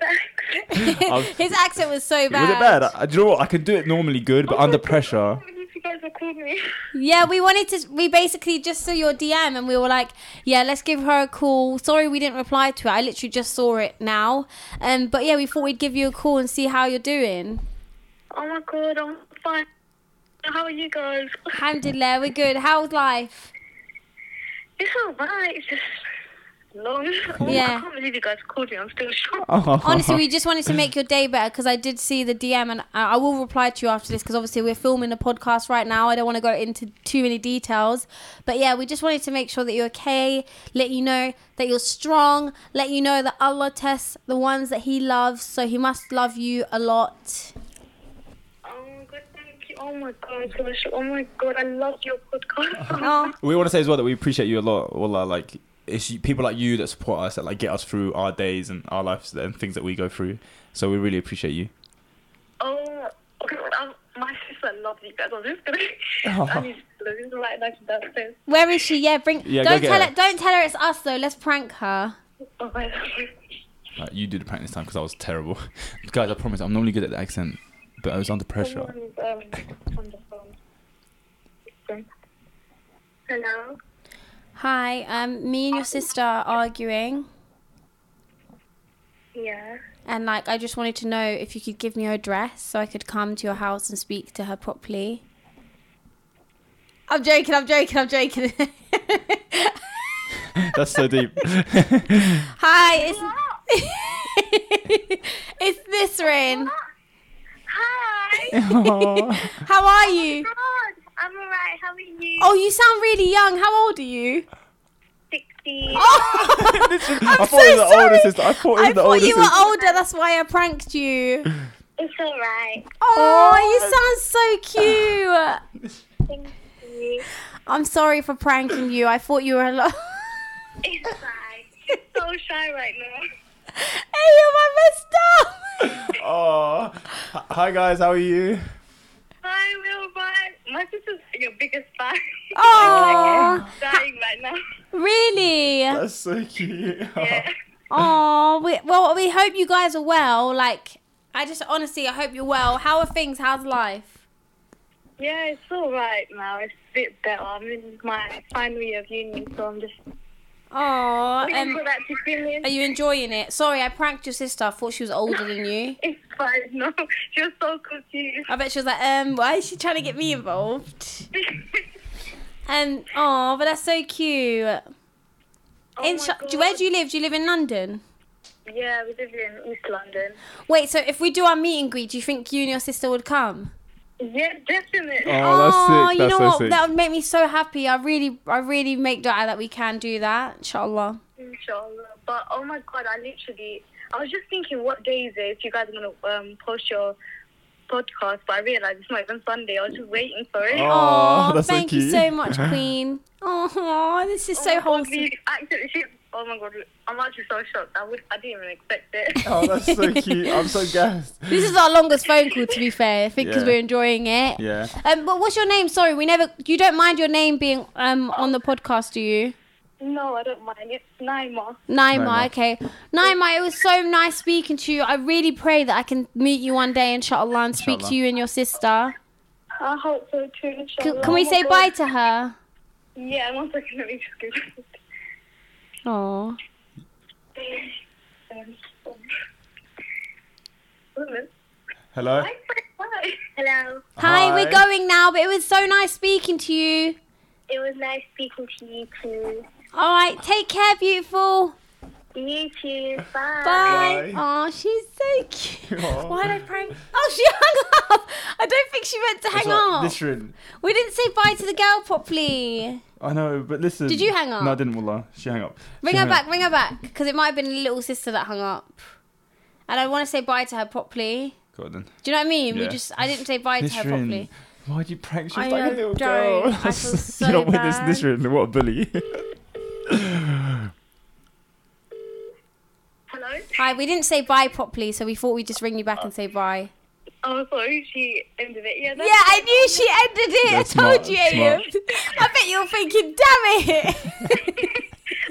Speaker 4: that.
Speaker 2: His accent was so bad.
Speaker 1: Was it bad? I, do you know what? I could do it normally good, but under pressure.
Speaker 4: if you guys have called me.
Speaker 2: Yeah, we wanted to. We basically just saw your DM and we were like, yeah, let's give her a call. Sorry, we didn't reply to it. I literally just saw it now. Um, but yeah, we thought we'd give you a call and see how you're doing.
Speaker 4: Oh my god. I'm fine. How are you guys?
Speaker 2: Alhamdulillah, we're good. How's life?
Speaker 4: It's alright. It's just long. Oh,
Speaker 2: Yeah.
Speaker 4: I can't believe you guys called me. I'm still shocked.
Speaker 1: Oh.
Speaker 2: Honestly, we just wanted to make your day better because I did see the DM and I I will reply to you after this because obviously we're filming a podcast right now. I don't want to go into too many details. But yeah, we just wanted to make sure that you're okay, let you know that you're strong, let you know that Allah tests the ones that He loves. So He must love you a lot.
Speaker 4: Oh my god. Thank you. Oh my god. gosh. Oh my god. I love your podcast.
Speaker 2: Oh,
Speaker 1: we want to say as well that we appreciate you a lot. Wallah, like it's you- people like you that support us that like get us through our days and our lives and things that we go through. So we really appreciate you.
Speaker 4: Oh, okay. Um, my sister loves you guys. I'm just gonna. I need to this is right next to that thing.
Speaker 2: where is she? Yeah, bring.
Speaker 1: Yeah, go
Speaker 2: don't
Speaker 1: get
Speaker 2: tell
Speaker 1: her.
Speaker 2: her. Don't tell her it's us though. Let's prank her.
Speaker 4: Oh my god.
Speaker 1: Like, you did the practice time because I was terrible, guys. I promise I'm normally good at the accent, but I was under pressure.
Speaker 4: Someone's, um, on the phone. Okay. Hello.
Speaker 2: Hi, um, me and your sister are arguing.
Speaker 4: Yeah.
Speaker 2: And like, I just wanted to know if you could give me your address so I could come to your house and speak to her properly. I'm joking. I'm joking. I'm joking.
Speaker 1: That's so deep.
Speaker 2: Hi,
Speaker 4: Oh,
Speaker 2: it's it's Nisrin.
Speaker 4: oh, Hi.
Speaker 2: How are you?
Speaker 4: God, I'm alright. How are you?
Speaker 2: Oh, you sound really young. How old are you?
Speaker 4: 60.
Speaker 2: Oh,
Speaker 1: I thought
Speaker 2: so
Speaker 1: he was the
Speaker 2: sorry.
Speaker 1: older sister. I thought he was
Speaker 2: I
Speaker 1: the
Speaker 2: thought
Speaker 1: older
Speaker 2: you
Speaker 1: sister.
Speaker 2: were older. That's why I pranked you.
Speaker 4: It's alright.
Speaker 2: Oh, you sound so cute.
Speaker 4: Thank you.
Speaker 2: I'm sorry for pranking you. I thought you were a lot.
Speaker 4: It's alright. I'm so shy right now.
Speaker 2: Hey, I messed up.
Speaker 1: Oh, H- hi guys, how are you?
Speaker 4: Hi, Wilbur. My sister's your biggest fan.
Speaker 2: Oh,
Speaker 4: Dying right now.
Speaker 2: really?
Speaker 1: That's so cute.
Speaker 4: Yeah.
Speaker 2: Oh, we, well, we hope you guys are well. Like, I just honestly, I hope you're well. How are things? How's life?
Speaker 4: Yeah, it's all right now. It's a bit better. I'm in my final year of uni, so I'm just
Speaker 2: Oh,
Speaker 4: waiting for that to finish.
Speaker 2: are you enjoying it? Sorry, I pranked your sister. I thought she was older than you.
Speaker 4: It's fine. No, she was so confused.
Speaker 2: I bet she was like, um, why is she trying to get me involved? And oh, but that's so cute.
Speaker 4: Oh
Speaker 2: in
Speaker 4: my
Speaker 2: Sh- do- where
Speaker 4: God.
Speaker 2: do you live? Do you live in London?
Speaker 4: Yeah, we live in East London.
Speaker 2: Wait, so if we do our meet and greet, do you think you and your sister would come?
Speaker 4: Yeah, definitely.
Speaker 1: Oh,
Speaker 2: Aw, you know what? That would make me so happy. I really, I really make dua that we can do that. Inshallah.
Speaker 4: Inshallah. But oh my god, I literally, I was just thinking, what day is it? If you guys want to um, post your podcast, but I realized it's not even Sunday. I was just waiting for it.
Speaker 1: Oh,
Speaker 2: Aw,
Speaker 1: that's so
Speaker 2: thank you
Speaker 1: cute.
Speaker 2: so much, Queen. Oh, this is
Speaker 4: Oh
Speaker 2: so
Speaker 4: my God,
Speaker 2: wholesome.
Speaker 4: we actually- she- Oh my god, I'm actually so shocked. I, would, I didn't even expect it.
Speaker 1: Oh, that's so cute. I'm so gassed.
Speaker 2: This is our longest phone call, to be fair. I think because
Speaker 1: Yeah.
Speaker 2: we're enjoying it.
Speaker 1: Yeah.
Speaker 2: Um, but what's your name? Sorry, we never. You don't mind your name being um on the podcast, do you?
Speaker 4: no, I don't mind. It's Naima.
Speaker 2: Naima,
Speaker 1: Naima.
Speaker 2: okay. Naima, it was so nice speaking to you. I really pray that I can meet you one day, inshallah, and speak to
Speaker 1: Inshallah.
Speaker 2: you and your sister.
Speaker 4: I hope so too. Inshallah.
Speaker 2: C- can we
Speaker 4: Oh my
Speaker 2: say
Speaker 4: God.
Speaker 2: bye to her?
Speaker 4: Yeah, one second. Let me just Google
Speaker 2: Oh.
Speaker 4: it. Um, um,
Speaker 1: Hello.
Speaker 4: Hi, hi. Hello.
Speaker 2: Hi,
Speaker 1: Hi.
Speaker 2: we're going now, but it was so nice speaking to you.
Speaker 4: It was nice speaking to you too.
Speaker 2: All right, take care, beautiful.
Speaker 4: You too. Bye.
Speaker 2: Bye.
Speaker 1: Bye.
Speaker 2: Oh, she's so cute.
Speaker 1: Aw.
Speaker 2: Why did I prank? Oh, she hung up. I don't think she meant to hang
Speaker 1: That's what-
Speaker 2: up.
Speaker 1: Listen,
Speaker 2: We didn't say bye to the girl properly.
Speaker 1: I know, but listen.
Speaker 2: Did you hang up?
Speaker 1: No, I didn't. Wallah, she hang up.
Speaker 2: Ring
Speaker 1: She
Speaker 2: her
Speaker 1: hung up.
Speaker 2: back, ring her back, because it might have been little sister that hung up. And I want to say bye to her properly.
Speaker 1: Go on then.
Speaker 2: Do you know what I mean? We
Speaker 1: Yeah.
Speaker 2: just I didn't say bye to her
Speaker 1: Nisrin,
Speaker 2: properly.
Speaker 1: Why'd you prank? She
Speaker 2: I
Speaker 1: was like
Speaker 2: know,
Speaker 1: a little
Speaker 2: don't.
Speaker 1: girl.
Speaker 2: I feel so
Speaker 1: you know what, this
Speaker 2: bad.
Speaker 1: Nisrin, what a bully.
Speaker 4: Hello.
Speaker 2: Hi, we didn't say bye properly, so we thought we'd just ring you back and say bye.
Speaker 4: Oh, sorry. She ended it. Yeah.
Speaker 2: Yeah,
Speaker 4: That's
Speaker 2: I knew she ended it.
Speaker 1: Yeah,
Speaker 2: I
Speaker 1: smart,
Speaker 2: told you, Ayub. I bet you're thinking, damn it.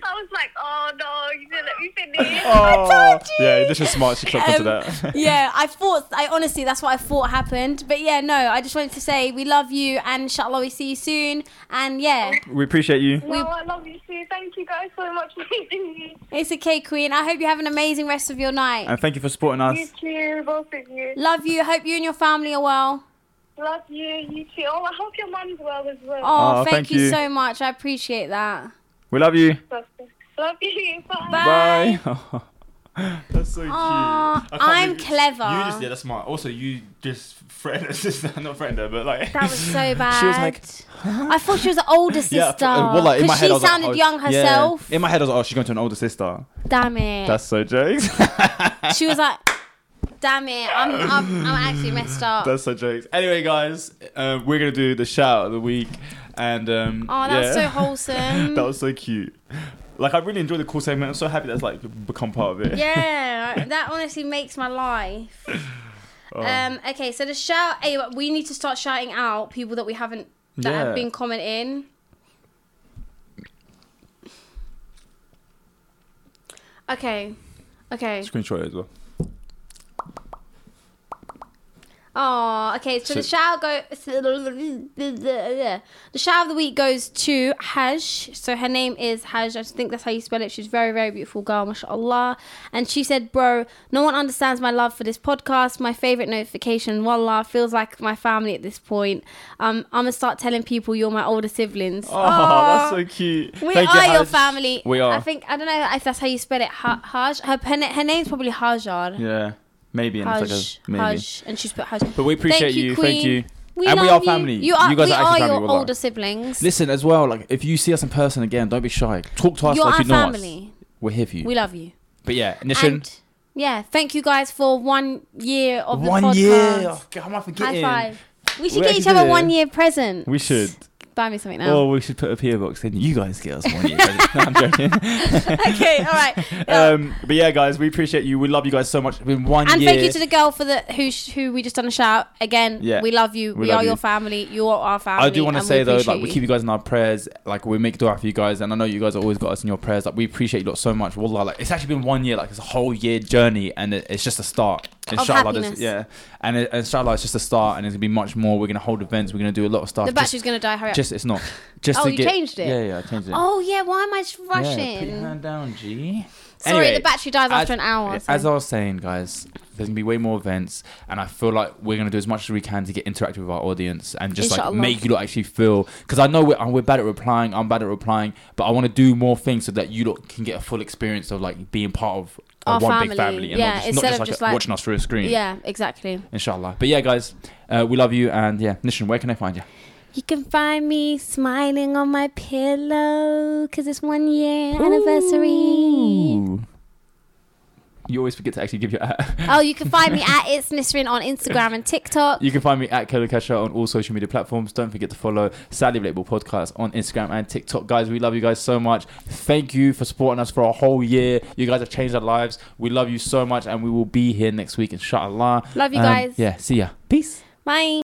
Speaker 4: I was like, oh no, you didn't let me finish.
Speaker 1: Oh,
Speaker 2: told you.
Speaker 1: Yeah, this is smart. She clocked
Speaker 2: Um,
Speaker 1: onto that.
Speaker 2: yeah, I thought, I honestly, that's what I thought happened. But yeah, no, I just wanted to say we love you and inshallah we see you soon. And yeah,
Speaker 1: we appreciate you.
Speaker 4: No, I love you too. Thank you guys so much for meeting me.
Speaker 2: it's okay, Queen. I hope you have an amazing rest of your night.
Speaker 1: And thank you for supporting us.
Speaker 4: You too, both of you.
Speaker 2: Love you. Hope you and your family are well.
Speaker 4: Love you. You too. Oh, I hope your mum's well as well.
Speaker 2: Oh,
Speaker 1: Oh,
Speaker 2: thank,
Speaker 1: thank
Speaker 2: you,
Speaker 1: you.
Speaker 2: so much. I appreciate that.
Speaker 1: We love you.
Speaker 4: Love you. Bye.
Speaker 2: Bye.
Speaker 1: That's so cute.
Speaker 2: Aw,
Speaker 1: I can't
Speaker 2: I'm
Speaker 1: believe-
Speaker 2: clever.
Speaker 1: You just did that's smart. Also, you just threatened her sister, not threatened her, but like
Speaker 2: That was so bad.
Speaker 1: She was like,
Speaker 2: I thought she was an older sister.
Speaker 1: yeah, uh, well, like, in my
Speaker 2: Because
Speaker 1: head, I
Speaker 2: she
Speaker 1: was like,
Speaker 2: sounded
Speaker 1: oh,
Speaker 2: young
Speaker 1: yeah.
Speaker 2: herself.
Speaker 1: In my head, I was like, oh, she's going to an older sister.
Speaker 2: Damn it.
Speaker 1: That's so jokes.
Speaker 2: she was like, damn it. I'm, I'm, I'm actually messed up.
Speaker 1: That's so jokes. Anyway, guys, um, we're gonna do the shout of the week, and um,
Speaker 2: Oh, that was
Speaker 1: yeah.
Speaker 2: so wholesome.
Speaker 1: that was so cute. Like, I really enjoyed the cool segment. I'm so happy that's like become part of it.
Speaker 2: yeah, that honestly makes my life.
Speaker 1: Oh.
Speaker 2: Um, okay, so the shout, hey, we need to start shouting out people that we haven't, that
Speaker 1: Yeah.
Speaker 2: have been commenting. Okay, okay.
Speaker 1: Screenshot it as well.
Speaker 2: Oh, okay. So, the
Speaker 1: So-
Speaker 2: shout go the shout of the week goes to Haj. So her name is Haj. I think that's how you spell it. She's a very, very beautiful girl, mashallah. And she said, "Bro, no one understands my love for this podcast. My favorite notification, wallah, feels like my family at this point. Um, I'm gonna start telling people you're my older siblings.
Speaker 1: Oh, that's so cute.
Speaker 2: We
Speaker 1: Thank you,
Speaker 2: are your
Speaker 1: Haj.
Speaker 2: family.
Speaker 1: We are.
Speaker 2: I think I don't know if that's how you spell it. Ha- Haj. Her pen- her name's probably Hajar.
Speaker 1: yeah, maybe. And
Speaker 2: Haj,
Speaker 1: it's like a, maybe.
Speaker 2: Haj, and she's put Haj.
Speaker 1: But we appreciate
Speaker 2: Thank you,
Speaker 1: you. Thank
Speaker 2: Queen.
Speaker 1: you.
Speaker 2: We
Speaker 1: And we
Speaker 2: love
Speaker 1: are family.
Speaker 2: You, are,
Speaker 1: You guys
Speaker 2: we
Speaker 1: are actually
Speaker 2: are
Speaker 1: family,
Speaker 2: your
Speaker 1: wallah.
Speaker 2: older siblings.
Speaker 1: Listen as well. Like, if you see us in person again, don't be shy. Talk to us
Speaker 2: You're
Speaker 1: like
Speaker 2: our
Speaker 1: you know us.
Speaker 2: family.
Speaker 1: We're here for you.
Speaker 2: We love you.
Speaker 1: but yeah,
Speaker 2: And yeah, thank you guys for one year of the
Speaker 1: one
Speaker 2: podcast.
Speaker 1: year. Oh, God, am I
Speaker 2: High
Speaker 1: forgetting?
Speaker 2: five. We should
Speaker 1: We
Speaker 2: get each
Speaker 1: actually
Speaker 2: other
Speaker 1: did.
Speaker 2: one year present.
Speaker 1: We should.
Speaker 2: Buy me something now.
Speaker 1: Oh, we should put a PO box. Then you guys get us one year. no, I'm joking.
Speaker 2: okay, all right. Yeah.
Speaker 1: Um, but yeah, guys, we appreciate you. We love you guys so much. It's been one
Speaker 2: and
Speaker 1: year.
Speaker 2: thank you to the girl for the who sh- who we just done a shout again.
Speaker 1: Yeah.
Speaker 2: we love you.
Speaker 1: We
Speaker 2: We,
Speaker 1: love
Speaker 2: are
Speaker 1: you.
Speaker 2: your family. You are our family.
Speaker 1: I do want to
Speaker 2: and we
Speaker 1: say though, like
Speaker 2: appreciate
Speaker 1: we
Speaker 2: you.
Speaker 1: keep you guys in our prayers. Like we make dua for you guys, and I know you guys have always got us in your prayers. Like we appreciate you lot so much. Wallah, like it's actually been one year. Like it's a whole year journey, and it, it's just a start. Inshallah, there's-
Speaker 2: happiness.
Speaker 1: yeah, and it, inshallah, it's just a start, and there's gonna be much more. We're gonna hold events. We're gonna do a lot of stuff.
Speaker 2: The
Speaker 1: Just-
Speaker 2: battery's gonna die. Hurry up.
Speaker 1: Just it's not. Just
Speaker 2: Uh, Oh,
Speaker 1: to
Speaker 2: you
Speaker 1: get-
Speaker 2: changed it?
Speaker 1: Yeah, yeah, I changed it.
Speaker 2: oh yeah, why am I just
Speaker 1: Yeah, put
Speaker 2: rushing?
Speaker 1: your hand down, G.
Speaker 2: Sorry, the battery dies after an hour,
Speaker 1: As
Speaker 2: so-
Speaker 1: I was saying, guys, there's gonna be way more events, and I feel like we're gonna do as much as we can to get interactive with our audience and just like
Speaker 2: Inshallah.
Speaker 1: make you lot actually feel. Because I know we're, we're bad at replying, I'm bad at replying, but I want to do more things so that you lot can get a full experience of like being part of uh,
Speaker 2: Our
Speaker 1: one
Speaker 2: family,
Speaker 1: big family and not
Speaker 2: yeah,
Speaker 1: just, not
Speaker 2: instead
Speaker 1: just,
Speaker 2: of
Speaker 1: like,
Speaker 2: just,
Speaker 1: a-
Speaker 2: like-
Speaker 1: watching us through a screen.
Speaker 2: Yeah, exactly.
Speaker 1: Inshallah. But yeah, guys, uh, we love you, and yeah, Nishan, where can I find you?
Speaker 2: You can find me smiling on my pillow because it's one year anniversary.
Speaker 1: You always forget to actually give your at.
Speaker 2: Oh, you can find me at It's Nisrin on Instagram and TikTok.
Speaker 1: You can find me at Kolo Kesha on all social media platforms. Don't forget to follow Sadly Relatable Podcast on Instagram and TikTok. Guys, we love you guys so much. Thank you for supporting us for a whole year. You guys have changed our lives. We love you so much, and we will be here next week, inshallah.
Speaker 2: Love you
Speaker 1: Um,
Speaker 2: guys.
Speaker 1: Yeah, see ya. Peace.
Speaker 2: Bye.